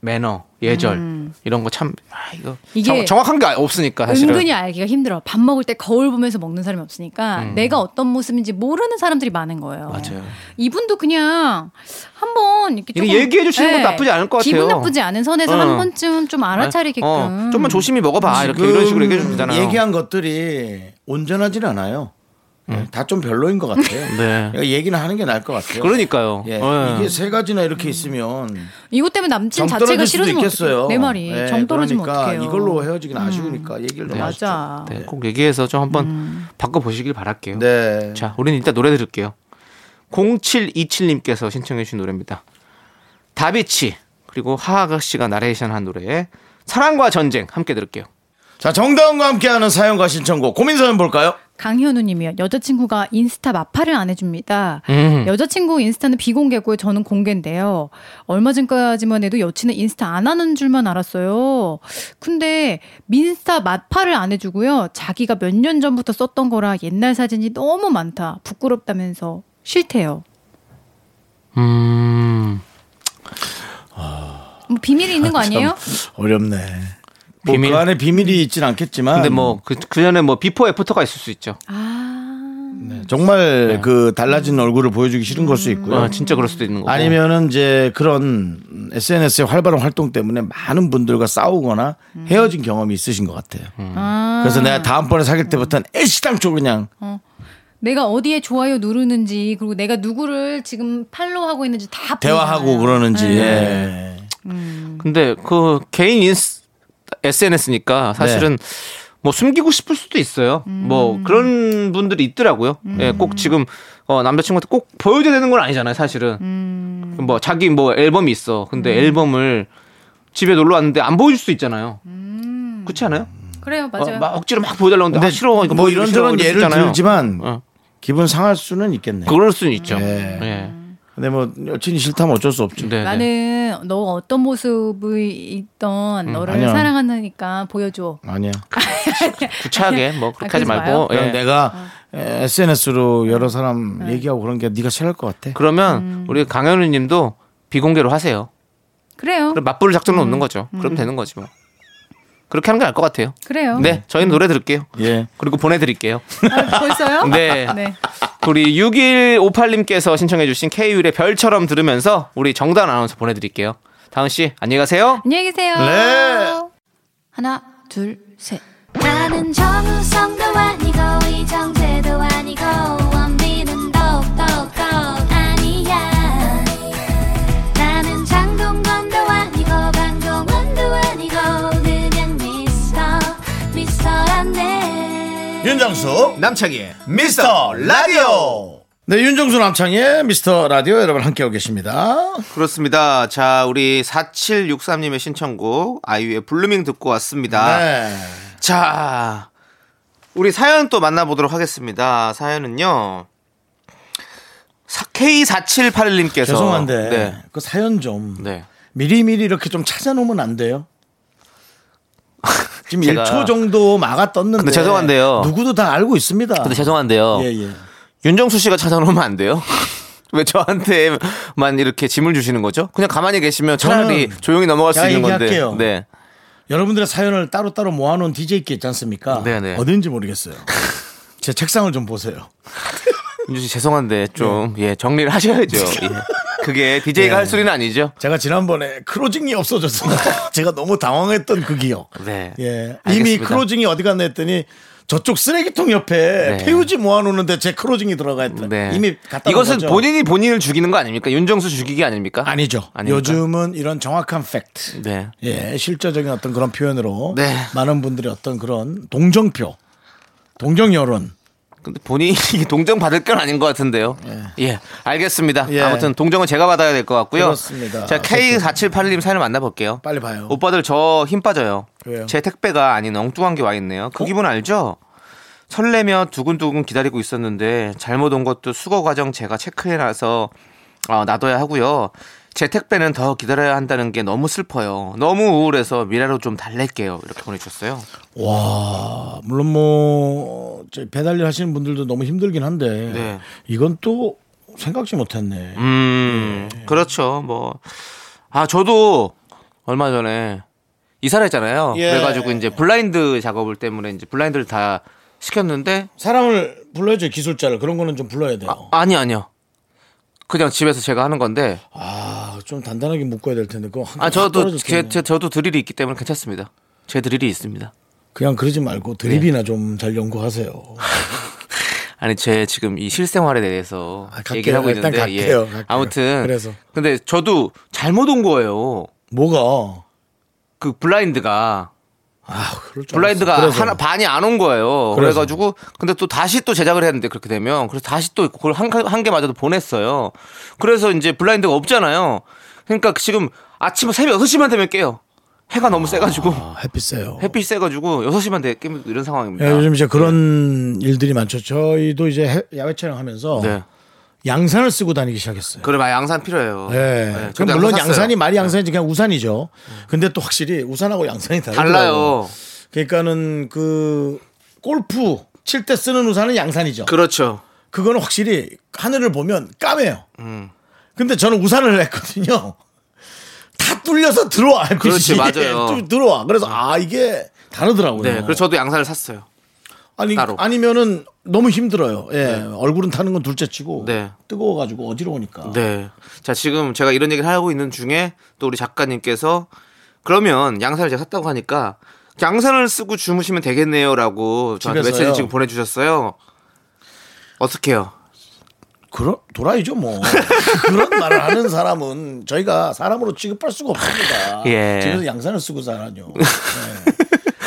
Speaker 2: 매너, 예절 이런 거 참 아, 이거
Speaker 4: 음. 이게
Speaker 2: 정- 정확한 게 없으니까 사실은.
Speaker 4: 은근히 알기가 힘들어. 밥 먹을 때 거울 보면서 먹는 사람이 없으니까 내가 어떤 모습인지 모르는 사람들이 많은 거예요.
Speaker 2: 음. 맞아요.
Speaker 4: 이분도 그냥 한번 이렇게
Speaker 2: 이게
Speaker 4: 조금 네.
Speaker 2: 얘기해 주시는 것도 나쁘지 않을 것
Speaker 4: 기분
Speaker 2: 같아요.
Speaker 4: 나쁘지 않은 선에서
Speaker 2: 어.
Speaker 4: 한 번쯤 좀 알아차리게끔.
Speaker 2: 어, 좀만 조심히 먹어봐 이렇게 이런 식으로 얘기해 주면 되잖아요.
Speaker 1: 얘기한 것들이 온전하진 않아요. 다 좀 별로인 것 같아요.
Speaker 2: 음. 네.
Speaker 1: 그러니까 얘기는 하는 게 나을 것 같아요.
Speaker 2: 그러니까요. 음.
Speaker 1: 예,
Speaker 2: 예.
Speaker 1: 이게 세 가지나 이렇게 있으면
Speaker 4: 이것 때문에
Speaker 1: 정
Speaker 4: 남친 자체가
Speaker 1: 떨어질 수도
Speaker 4: 싫어지면
Speaker 1: 있겠어요.
Speaker 4: 어떡해. 내 말이
Speaker 2: 네,
Speaker 1: 예,
Speaker 4: 정 떨어지면
Speaker 1: 그러니까
Speaker 4: 어떡해요. 음.
Speaker 1: 이걸로 헤어지긴 아쉬우니까 얘기를 좀 하시죠.
Speaker 4: 맞아.
Speaker 2: 네, 꼭 얘기해서 좀 한번
Speaker 4: 음.
Speaker 2: 바꿔 보시길 바랄게요.
Speaker 1: 네.
Speaker 2: 자, 우리는 일단 노래 들을게요. 0727님께서 신청해 주신 노래입니다. 다비치 그리고 하하가 씨가 나레이션 한 노래 사랑과 전쟁 함께 들을게요.
Speaker 1: 자, 정다운과 함께하는 사연과 신청곡 고민 사연 볼까요?
Speaker 4: 강현우님이요. 여자친구가 인스타 마파를 안 해줍니다.
Speaker 2: 음.
Speaker 4: 여자친구 인스타는 비공개고요. 저는 공개인데요. 얼마 전까지만 해도 여친은 인스타 안 하는 줄만 알았어요. 근데 민스타 마파를 안 해주고요. 자기가 몇 년 전부터 썼던 거라 옛날 사진이 너무 많다. 부끄럽다면서 싫대요.
Speaker 2: 음.
Speaker 4: 뭐 비밀이 있는 거 아니에요?
Speaker 1: 어렵네. 뭐
Speaker 2: 비밀?
Speaker 1: 그 안에 비밀이 있진 않겠지만
Speaker 2: 근데 뭐, 그, 그 전에 뭐, 비포 애프터가 있을 수 있죠.
Speaker 4: 아.
Speaker 1: 네, 정말 그 달라진 얼굴을 보여주기 싫은 걸 수 있고요.
Speaker 2: 네. 아, 진짜 그럴 수도 있는 거고.
Speaker 1: 아니면은 이제 그런 SNS의 활발한 활동 때문에 많은 분들과 싸우거나 헤어진 경험이 있으신 것 같아요.
Speaker 4: 음.
Speaker 2: 음.
Speaker 4: 아. 어,
Speaker 1: 그래서 내가 다음번에 사귈 때부터는 애시당초 그냥
Speaker 4: 내가 어디에 좋아요 누르는지 그리고 내가 누구를 지금 팔로우하고 있는지 다
Speaker 1: 대화하고
Speaker 4: 보이잖아요.
Speaker 1: 그러는지
Speaker 4: 네.
Speaker 1: 예.
Speaker 2: 근데 그 개인 인스, SNS니까 사실은
Speaker 1: 네.
Speaker 2: 뭐 숨기고 싶을 수도 있어요.
Speaker 4: 음.
Speaker 2: 뭐 그런 분들이 있더라고요. 예, 꼭 지금 어, 남자친구한테 꼭 보여줘야 되는 건 아니잖아요, 사실은.
Speaker 4: 음.
Speaker 2: 뭐 자기 뭐 앨범이 있어. 근데 앨범을 집에 놀러 왔는데 안 보여줄 수도 있잖아요. 그렇지 않아요?
Speaker 4: 그래요
Speaker 2: 어,
Speaker 4: 음. 맞아요.
Speaker 2: 막 억지로 막 보여달라고 하는데
Speaker 1: 근데
Speaker 2: 아, 싫어. 이거
Speaker 1: 뭐
Speaker 2: 보여주기 싫어.
Speaker 1: 이런저런
Speaker 2: 이럴 수
Speaker 1: 예를
Speaker 2: 있잖아요.
Speaker 1: 들지만
Speaker 2: 어,
Speaker 1: 기분 상할 수는 있겠네요.
Speaker 2: 그럴 수는 있죠.
Speaker 1: 네.
Speaker 2: 예.
Speaker 4: 음.
Speaker 1: 근데 뭐 여친이 싫다면 어쩔 수 없죠.
Speaker 2: 네, 네.
Speaker 4: 나는 너 어떤 모습이
Speaker 2: 음,
Speaker 4: 있던 너를
Speaker 1: 아니야.
Speaker 4: 사랑하니까 보여줘.
Speaker 1: 아니야.
Speaker 2: 구차하게 뭐 그렇게 하지
Speaker 4: 아, 그러지 마요.
Speaker 2: 말고
Speaker 1: 그냥
Speaker 2: 예.
Speaker 1: 어, 내가 SNS로 여러 사람 얘기하고 그런 게 네가 싫을 것 같아.
Speaker 2: 그러면
Speaker 4: 음.
Speaker 2: 우리 강현우님도 비공개로 하세요.
Speaker 4: 그래요.
Speaker 2: 그럼 맞불 작전은 없는 거죠. 그럼 되는 거지 뭐. 그렇게 하는 게 나을 것 같아요.
Speaker 4: 그래요.
Speaker 2: 네, 저희는 노래 들을게요.
Speaker 1: 예.
Speaker 2: 그리고 보내드릴게요.
Speaker 4: 아, 벌써요?
Speaker 2: 네. 우리 6158님께서 신청해주신 K율의 별처럼 들으면서 우리 정단 아나운서 보내드릴게요. 다은 씨, 안녕히 가세요.
Speaker 4: 안녕히 계세요.
Speaker 1: 네.
Speaker 4: 하나 둘 셋.
Speaker 3: 나는 정우성도 아니고 이정재도 아니고 원빈은 더욱더 아니야 나는 장동건도 아니고 강동원도 아니고 그냥 미스터 미스터란데
Speaker 1: 윤정수
Speaker 2: 남창희의
Speaker 1: 미스터 라디오. 네, 윤정수 남창의 미스터 라디오 여러분 함께하고 계십니다.
Speaker 2: 그렇습니다. 자, 우리 4763님의 신청곡 아이유의 블루밍 듣고 왔습니다.
Speaker 1: 네.
Speaker 2: 자, 우리 사연 또 만나보도록 하겠습니다. 사연은요. K4781님께서
Speaker 1: 죄송한데
Speaker 2: 네.
Speaker 1: 그 사연 좀
Speaker 2: 네.
Speaker 1: 미리미리 이렇게 좀 찾아놓으면 안 돼요? 지금
Speaker 2: 제가-
Speaker 1: 1초 정도 막아 떴는데
Speaker 2: 근데 죄송한데요.
Speaker 1: 누구도 다 알고 있습니다.
Speaker 2: 근데 죄송한데요.
Speaker 1: 예, 예.
Speaker 2: 윤정수 씨가 찾아오면 안 돼요? 왜 저한테만 이렇게 짐을 주시는 거죠? 그냥 가만히 계시면 차라리
Speaker 1: 저는
Speaker 2: 조용히 넘어갈 수
Speaker 1: 제가
Speaker 2: 있는 건데.
Speaker 1: 얘기할게요.
Speaker 2: 네.
Speaker 1: 여러분들의 사연을 따로따로 모아놓은 DJ 있지 않습니까?
Speaker 2: 네, 네.
Speaker 1: 어딘지 모르겠어요. 제 책상을 좀 보세요.
Speaker 2: 윤정 씨 죄송한데 좀 예, 정리를 하셔야죠. 예. 그게 DJ가
Speaker 1: 예.
Speaker 2: 할 소리는 아니죠?
Speaker 1: 제가 지난번에 크로징이 없어졌어요. 제가 너무 당황했던 그 기억.
Speaker 2: 네.
Speaker 1: 예. 이미
Speaker 2: 알겠습니다.
Speaker 1: 크로징이 어디 갔나 했더니 저쪽 쓰레기통 옆에
Speaker 2: 네.
Speaker 1: 폐우지 모아놓는데 제 크로징이 들어가 있던
Speaker 2: 네.
Speaker 1: 이미 갔다 온
Speaker 2: 이것은
Speaker 1: 거죠.
Speaker 2: 본인이 본인을 죽이는 거 아닙니까? 윤정수 죽이기 아닙니까?
Speaker 1: 아니죠.
Speaker 2: 아닙니까?
Speaker 1: 요즘은 이런 정확한 팩트.
Speaker 2: 네.
Speaker 1: 예, 실제적인 어떤 그런 표현으로
Speaker 2: 네.
Speaker 1: 많은 분들이 어떤 그런 동정표, 동정 여론.
Speaker 2: 근데 본인이 동정 받을 건 아닌 것 같은데요. 예. 알겠습니다.
Speaker 1: 예.
Speaker 2: 아무튼 동정은 제가 받아야 될 것 같고요.
Speaker 1: 그렇습니다.
Speaker 2: 자, K478님 사연을 만나볼게요.
Speaker 1: 빨리 봐요.
Speaker 2: 오빠들 저 힘 빠져요.
Speaker 1: 왜요? 어?
Speaker 2: 제 택배가 아닌 엉뚱한 게 와 있네요. 그 기분 알죠? 설레며 두근두근 기다리고 있었는데 잘못 온 것도 수거 과정 제가 체크해놔서 어, 놔둬야 하고요. 제 택배는 더 기다려야 한다는 게 너무 슬퍼요. 너무 우울해서 미라로 좀 달랠게요. 이렇게 보내주셨어요.
Speaker 1: 와, 물론 뭐, 저 배달일 하시는 분들도 너무 힘들긴 한데,
Speaker 2: 네.
Speaker 1: 이건 또 생각지 못했네.
Speaker 2: 음, 그렇죠. 뭐, 아, 저도 얼마 전에 이사를 했잖아요.
Speaker 1: 예.
Speaker 2: 그래가지고 이제 블라인드 작업을 때문에 이제 블라인드를 다 시켰는데,
Speaker 1: 사람을 불러야죠, 기술자를. 그런 거는 좀 불러야 돼요.
Speaker 2: 아, 아니, 아니요. 그냥 집에서 제가 하는 건데,
Speaker 1: 아, 좀 단단하게 묶어야 될 텐데, 그거 한
Speaker 2: 아,
Speaker 1: 칸
Speaker 2: 저도,
Speaker 1: 떨어졌겠네.
Speaker 2: 제, 제, 저도 드릴이 있기 때문에 괜찮습니다. 제 드릴이 있습니다.
Speaker 1: 그냥 그러지 말고 드립이나 좀 잘 연구하세요.
Speaker 2: 아니, 제 지금 이 실생활에 대해서
Speaker 1: 아, 갈게요.
Speaker 2: 얘기를 하고
Speaker 1: 일단
Speaker 2: 있는데, 예.
Speaker 1: 갈게요. 갈게요.
Speaker 2: 아무튼.
Speaker 1: 그래서.
Speaker 2: 근데 저도 잘못 온 거예요.
Speaker 1: 뭐가?
Speaker 2: 그 블라인드가.
Speaker 1: 아, 그럴 줄
Speaker 2: 블라인드가
Speaker 1: 알았어. 그래서.
Speaker 2: 하나 반이 안 온 거예요. 그래
Speaker 1: 그래서.
Speaker 2: 가지고 근데 또 다시 또 제작을 했는데 그렇게 되면 그래서 다시 또 그걸 한한개 마저도 보냈어요. 그래서 이제 블라인드가 없잖아요. 그러니까 지금 아침 새벽 6시만 되면 깨요. 해가 너무 세가지고
Speaker 1: 아, 햇빛 세요.
Speaker 2: 햇빛 아, 세가지고 6시만 돼 깨면 이런 상황입니다.
Speaker 1: 예, 요즘 이제 그런 일들이 많죠. 저희도 이제 해- 야외 촬영하면서
Speaker 2: 네.
Speaker 1: 양산을 쓰고 다니기 시작했어요.
Speaker 2: 그러면 양산 필요해요.
Speaker 1: 예.
Speaker 2: 네, 저도
Speaker 1: 그럼 물론
Speaker 2: 샀어요. 네. 음.
Speaker 1: 양산이 말이 양산이지 그냥 우산이죠. 근데 또 확실히 우산하고 양산이 다르더라고요.
Speaker 2: 달라요.
Speaker 1: 그러니까는 그 골프 칠 때 쓰는 우산은 양산이죠.
Speaker 2: 그렇죠.
Speaker 1: 그, 거는 확실히 하늘을 보면 까매요.
Speaker 2: 음.
Speaker 1: 근데 저는 우산을 했거든요. 다 뚫려서 들어와.
Speaker 2: 그렇지,
Speaker 1: 빛이.
Speaker 2: 맞아요.
Speaker 1: 좀 들어와. 그래서 아 이게 다르더라고요.
Speaker 2: 네. 그래서 저도 양산을 샀어요.
Speaker 1: 아니
Speaker 2: 따로.
Speaker 1: 아니면은 너무 힘들어요. 예. 얼굴은 타는 건 둘째치고
Speaker 2: 네.
Speaker 1: 뜨거워가지고 어지러우니까.
Speaker 2: 네. 자, 지금 제가 이런 얘기를 하고 있는 중에 또 우리 작가님께서 그러면 양산을 제가 샀다고 하니까 양산을 쓰고 주무시면 되겠네요라고 저한테
Speaker 1: 집에서요?
Speaker 2: 메시지 지금 보내주셨어요. 어떻게요?
Speaker 1: 그런 도라이죠 뭐 그런 말을 하는 사람은 저희가 사람으로 취급할 수가 없습니다.
Speaker 2: 예.
Speaker 1: 집에서 양산을 쓰고 살아요. 예.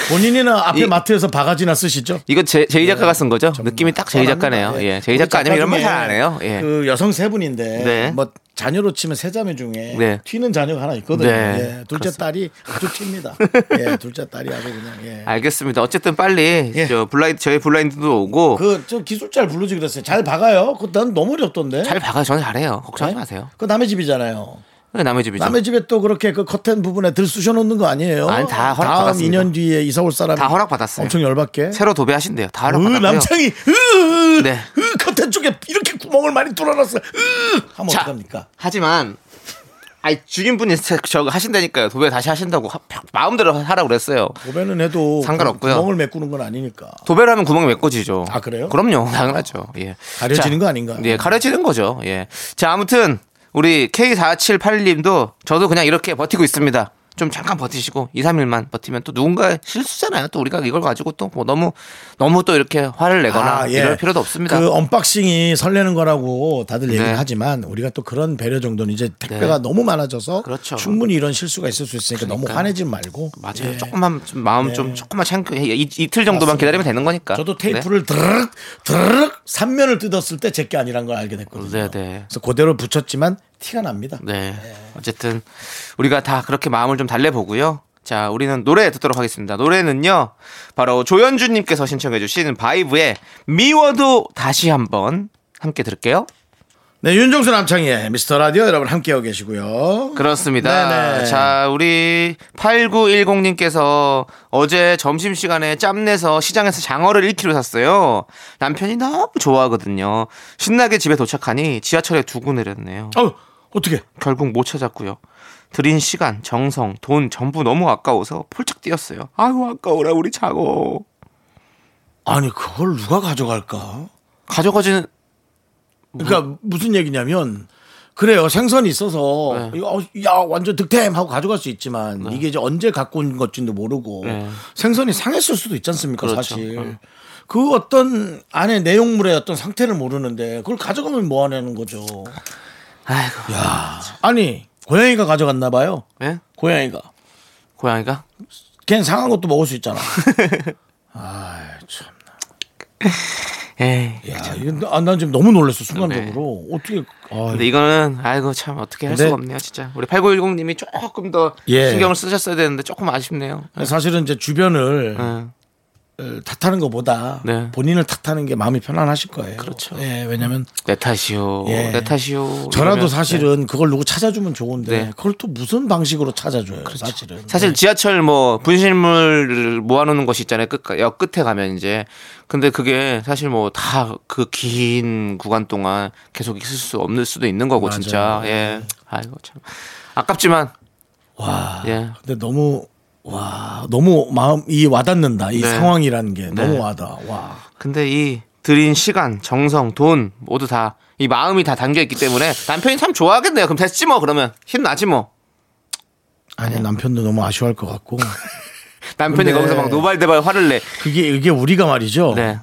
Speaker 1: 본인이나 앞에
Speaker 2: 이-
Speaker 1: 마트에서 바가지나 쓰시죠.
Speaker 2: 이거 제, 제이 작가가 쓴 거죠?
Speaker 1: 전부
Speaker 2: 느낌이 딱 제이
Speaker 1: 뻔합니다.
Speaker 2: 작가네요. 예. 제이
Speaker 1: 우리
Speaker 2: 작가 예. 아니면 이런 말 잘
Speaker 1: 중에
Speaker 2: 안 해요. 예.
Speaker 1: 그 여성 세 분인데
Speaker 2: 네.
Speaker 1: 뭐 자녀로 치면 세 자매 중에
Speaker 2: 네.
Speaker 1: 튀는 자녀가 하나 있거든요.
Speaker 2: 네.
Speaker 1: 예. 둘째 딸이 아주 튑니다. 예. 둘째 딸이 아주 그냥 예.
Speaker 2: 알겠습니다. 어쨌든 빨리
Speaker 1: 예.
Speaker 2: 저 블라인드 저희 블라인드도 오고
Speaker 1: 그저 기술자를 부르지 그랬어요. 잘 박아요. 그난 너무 어렵던데.
Speaker 2: 잘 봐가 저는 잘해요. 걱정하지
Speaker 1: 예?
Speaker 2: 마세요.
Speaker 1: 그 남의 집이잖아요.
Speaker 2: 그게 남의 집이죠.
Speaker 1: 남의 집에 또 그렇게 그 커튼 부분에 들 쑤셔 놓는 거 아니에요?
Speaker 2: 아니, 다 허락
Speaker 1: 다음
Speaker 2: 받았습니다.
Speaker 1: 2년 뒤에 이사 올 사람
Speaker 2: 다 허락받았어요. 그
Speaker 1: 엄청 열받게.
Speaker 2: 새로 도배하신대요. 다
Speaker 1: 으,
Speaker 2: 허락받았고요.
Speaker 1: 남창이 으, 으,
Speaker 2: 네.
Speaker 1: 으, 커튼 쪽에 이렇게 구멍을 많이 뚫어놨어. 으, 하면
Speaker 2: 자,
Speaker 1: 어떡합니까?
Speaker 2: 하지만 아이 주인분이 저거 하신다니까요. 도배 다시 하신다고 하- 마음대로 하라고 그랬어요.
Speaker 1: 도배는 해도
Speaker 2: 상관없고요.
Speaker 1: 구멍을 메꾸는 건 아니니까.
Speaker 2: 도배를 하면 구멍이 메꿔지죠.
Speaker 1: 아, 그래요?
Speaker 2: 그럼요. 당연하죠. 예.
Speaker 1: 가려지는
Speaker 2: 자,
Speaker 1: 거 아닌가요?
Speaker 2: 예, 가려지는 거죠. 예. 자, 아무튼 우리 K4781님도 저도 그냥 이렇게 버티고 있습니다. 좀 잠깐 버티시고 2, 3일만 버티면 또 누군가 실수잖아요. 또 우리가 이걸 가지고 또뭐 너무 너무 또 이렇게 화를 내거나
Speaker 1: 아, 예.
Speaker 2: 이럴 필요도 없습니다.
Speaker 1: 그 언박싱이 설레는 거라고 다들 얘기는
Speaker 2: 네.
Speaker 1: 하지만 우리가 또 그런 배려 정도는 이제 택배가 너무 많아져서
Speaker 2: 그렇죠.
Speaker 1: 충분히 이런 실수가 있을 수 있으니까 너무
Speaker 2: 그러니까요.
Speaker 1: 화내지 말고
Speaker 2: 맞아요.
Speaker 1: 예. 네.
Speaker 2: 조금만 좀 마음 좀 조금만 참고 예, 이- 이- 이틀 정도만 기다리면 되는 거니까.
Speaker 1: 저도
Speaker 2: 네.
Speaker 1: 테이프를 드르륵 드르륵 삼면을 뜯었을 때 제게 아니란 걸 알게 됐거든요.
Speaker 2: 네, 네.
Speaker 1: 그래서 그대로 붙였지만 티가 납니다.
Speaker 2: 네. 어쨌든 우리가 다 그렇게 마음을 좀 달래보고요. 자, 우리는 노래 듣도록 하겠습니다. 노래는요, 바로 조현주님께서 신청해주신 바이브의 미워도 다시 한번 함께 들을게요.
Speaker 1: 네, 윤종수 남창희의 미스터 라디오 여러분 함께하고 계시고요.
Speaker 2: 그렇습니다.
Speaker 1: 네네.
Speaker 2: 자, 우리 8910님께서 어제 점심시간에 짬내서 시장에서 장어를 1kg 샀어요. 남편이 너무 좋아하거든요. 신나게 집에 도착하니 지하철에 두고 내렸네요.
Speaker 1: 어, 어떻게?
Speaker 2: 결국 못 찾았고요. 들인 시간, 정성, 돈 전부 너무 아까워서 폴짝 뛰었어요. 아유 아까워라 우리 자고
Speaker 1: 아니 그걸 누가 가져갈까?
Speaker 2: 가져가지는
Speaker 1: 그러니까 무슨 얘기냐면 그래요 생선이
Speaker 2: 네.
Speaker 1: 있어서 이거 어, 야 완전 득템 하고 가져갈 수 있지만 이게 이제 언제 갖고 온 것인지도 모르고
Speaker 2: 네.
Speaker 1: 생선이 상했을 수도 있지 않습니까
Speaker 2: 그렇죠.
Speaker 1: 사실
Speaker 2: 음.
Speaker 1: 그 어떤 안에 내용물의 어떤 상태를 모르는데 그걸 가져가면 뭐 하냐는 거죠
Speaker 2: 아이고
Speaker 1: 아니 고양이가 가져갔나 봐요
Speaker 2: 예?
Speaker 1: 고양이가
Speaker 2: 고양이가
Speaker 1: 걘 상한 것도 먹을 수 있잖아
Speaker 2: 에이
Speaker 1: 야, 이건 나- 난 지금 너무 놀랐어 순간적으로 어떻게 아,
Speaker 2: 네. 근데 이거는 아이고 참 어떻게 할
Speaker 1: 근데-
Speaker 2: 수가 없네요 진짜 우리 8910님이 조금 더
Speaker 1: 예.
Speaker 2: 신경을 쓰셨어야 되는데 조금 아쉽네요.
Speaker 1: 사실은 이제 주변을
Speaker 2: 예.
Speaker 1: 을 탓하는 것보다
Speaker 2: 네.
Speaker 1: 본인을 탓하는 게 마음이 편안하실 거예요.
Speaker 2: 그렇죠.
Speaker 1: 예, 왜냐면
Speaker 2: 내 탓이요.
Speaker 1: 예.
Speaker 2: 내 탓이요.
Speaker 1: 저라도
Speaker 2: 이러면-
Speaker 1: 사실은 그걸 누구 찾아주면 좋은데
Speaker 2: 네. 그렇죠.
Speaker 1: 그걸 또 무슨 방식으로 찾아줘요. 사실은.
Speaker 2: 사실 지하철 뭐 분실물을 모아놓는 것이 있잖아요. 끝, 역 끝에 가면 이제. 근데 그게 사실 뭐 다 그 긴 구간 동안 계속 있을 수 없는 수도 있는 거고
Speaker 1: 맞아요.
Speaker 2: 진짜. 예. 아이고 참 아깝지만
Speaker 1: 와.
Speaker 2: 예.
Speaker 1: 근데 너무 와 너무 마음이 와닿는다. 이
Speaker 2: 네.
Speaker 1: 상황이라는 게 너무 와닿아. 와.
Speaker 2: 근데 이 들인 시간, 정성, 돈 모두 다 이 마음이 다 담겨 있기 때문에 남편이 참 좋아하겠네요. 그럼 됐지 뭐 그러면 힘 나지 뭐.
Speaker 1: 아니
Speaker 2: 네.
Speaker 1: 남편도 너무 아쉬워할 것 같고
Speaker 2: 남편이
Speaker 1: 근데-
Speaker 2: 거기서 막 노발대발 화를 내.
Speaker 1: 그게 이게 우리가 말이죠.
Speaker 2: 네.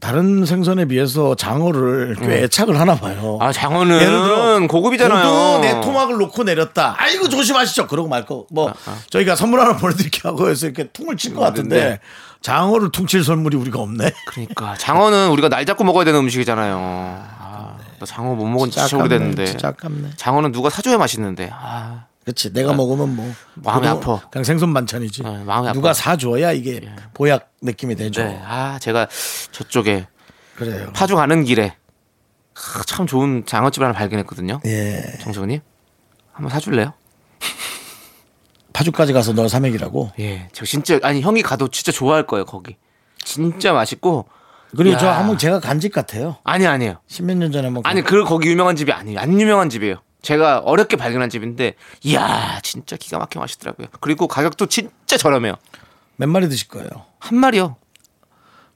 Speaker 1: 다른 생선에 비해서 장어를 꽤 애착을 하나 봐요.
Speaker 2: 음. 아 장어는
Speaker 1: 예를 들어
Speaker 2: 고급이잖아요.
Speaker 1: 모두 내 토막을 놓고 내렸다. 아이고 조심하시죠. 그러고 말고 뭐
Speaker 2: 아,
Speaker 1: 저희가 선물 하나 보내드릴게 하고 해서 이렇게 퉁을 칠 것 같은데
Speaker 2: 네.
Speaker 1: 장어를 퉁칠 선물이 우리가 없네.
Speaker 2: 그러니까 장어는 우리가 날 잡고 먹어야 되는 음식이잖아요. 네. 아, 나 장어 못 먹은 지 진짜 오래됐는데.
Speaker 1: 진짜 아깝네.
Speaker 2: 장어는 누가 사줘야 맛있는데. 아,
Speaker 1: 그렇지. 내가 먹으면 뭐
Speaker 2: 마음이
Speaker 1: 그거
Speaker 2: 아파.
Speaker 1: 그냥 생선 반찬이지.
Speaker 2: 네, 마음이
Speaker 1: 누가
Speaker 2: 아파. 예.
Speaker 1: 사줘야 이게 보약 느낌이 되죠.
Speaker 2: 네. 아, 제가 저쪽에
Speaker 1: 그래요.
Speaker 2: 파주 가는 길에 아, 참 좋은 장어집 하나 발견했거든요.
Speaker 1: 예.
Speaker 2: 정수님 한번 사줄래요?
Speaker 1: 파주까지 가서 너 삼액이라고.
Speaker 2: 예, 저 진짜 아니 형이 가도 진짜 좋아할 거예요 거기. 진짜 맛있고
Speaker 1: 그리고
Speaker 2: 야.
Speaker 1: 저 한번 제가 간집 같아요.
Speaker 2: 아니 아니에요.
Speaker 1: 십몇 년 전에 한번
Speaker 2: 아니
Speaker 1: 간-
Speaker 2: 그 거기 유명한 집이 아니에요. 안 유명한 집이에요. 제가 어렵게 발견한 집인데 이야 진짜 기가 막히게 맛있더라고요. 그리고 가격도 진짜 저렴해요.
Speaker 1: 몇 마리 드실 거예요.
Speaker 2: 한 마리요.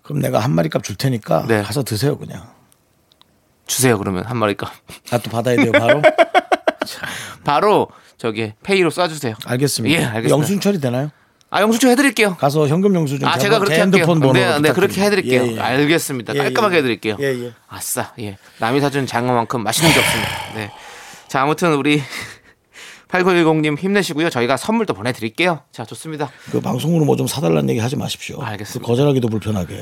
Speaker 1: 그럼 내가 한 마리 값 줄 테니까
Speaker 2: 네.
Speaker 1: 가서 드세요 그냥.
Speaker 2: 주세요 그러면 한 마리가
Speaker 1: 나 또 받아야 돼요 바로.
Speaker 2: 바로 저기 페이로 쏴주세요.
Speaker 1: 알겠습니다.
Speaker 2: 예, 알겠습니다.
Speaker 1: 영수증 처리 되나요?
Speaker 2: 아 영수증 해드릴게요.
Speaker 1: 가서 현금 영수증.
Speaker 2: 아
Speaker 1: 제
Speaker 2: 제가
Speaker 1: 번-
Speaker 2: 그렇게
Speaker 1: 제
Speaker 2: 할게요.
Speaker 1: 핸드폰 번호.
Speaker 2: 네, 네 그렇게 해드릴게요. 알겠습니다.
Speaker 1: 예, 예.
Speaker 2: 깔끔하게 해드릴게요.
Speaker 1: 예, 예.
Speaker 2: 아싸 예 남이 사준 장어만큼 맛있는 게 없습니다. 네자 아무튼 우리 8910님 힘내시고요. 저희가 선물도 보내드릴게요. 자 좋습니다.
Speaker 1: 그 방송으로 뭐 좀 사달라는 얘기 하지 마십시오.
Speaker 2: 아, 알겠습니다. 네.
Speaker 1: 그 거절하기도 불편하게.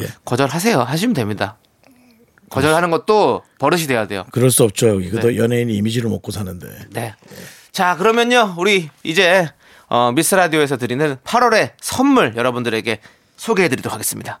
Speaker 1: 예.
Speaker 2: 거절하세요. 하시면 됩니다. 거절하는 것도 버릇이 돼야 돼요.
Speaker 1: 그럴 수 없죠. 여기 그도 연예인이 이미지를 먹고 사는데.
Speaker 2: 네. 자, 그러면요. 우리 이제 어, 미스 라디오에서 드리는 8월의 선물 여러분들에게 소개해 드리도록 하겠습니다.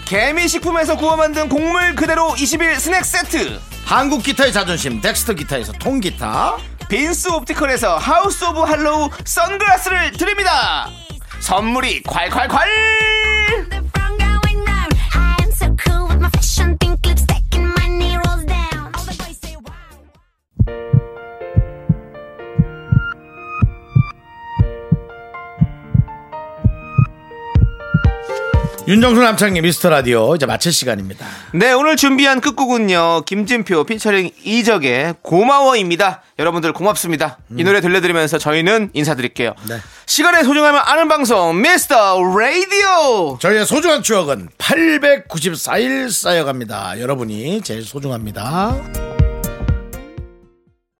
Speaker 2: 개미 식품에서 구워 만든 곡물 그대로 20일 스낵 세트
Speaker 1: 한국 기타의 자존심 덱스터 기타에서 통기타
Speaker 2: 빈스 옵티컬에서 하우스 오브 할로우 선글라스를 드립니다. 선물이 콸콸콸!
Speaker 1: 윤정수 남창의 미스터 라디오 이제 마칠 시간입니다
Speaker 2: 네, 오늘 준비한 끝곡은요. 김진표 피처링 이적의 고마워입니다. 여러분들 고맙습니다. 이 노래 들려드리면서 저희는 인사드릴게요.
Speaker 1: 네.
Speaker 2: 시간의 소중함을 아는 방송 미스터 라디오.
Speaker 1: 저희의 소중한 추억은 894일 쌓여갑니다 여러분이 제일 소중합니다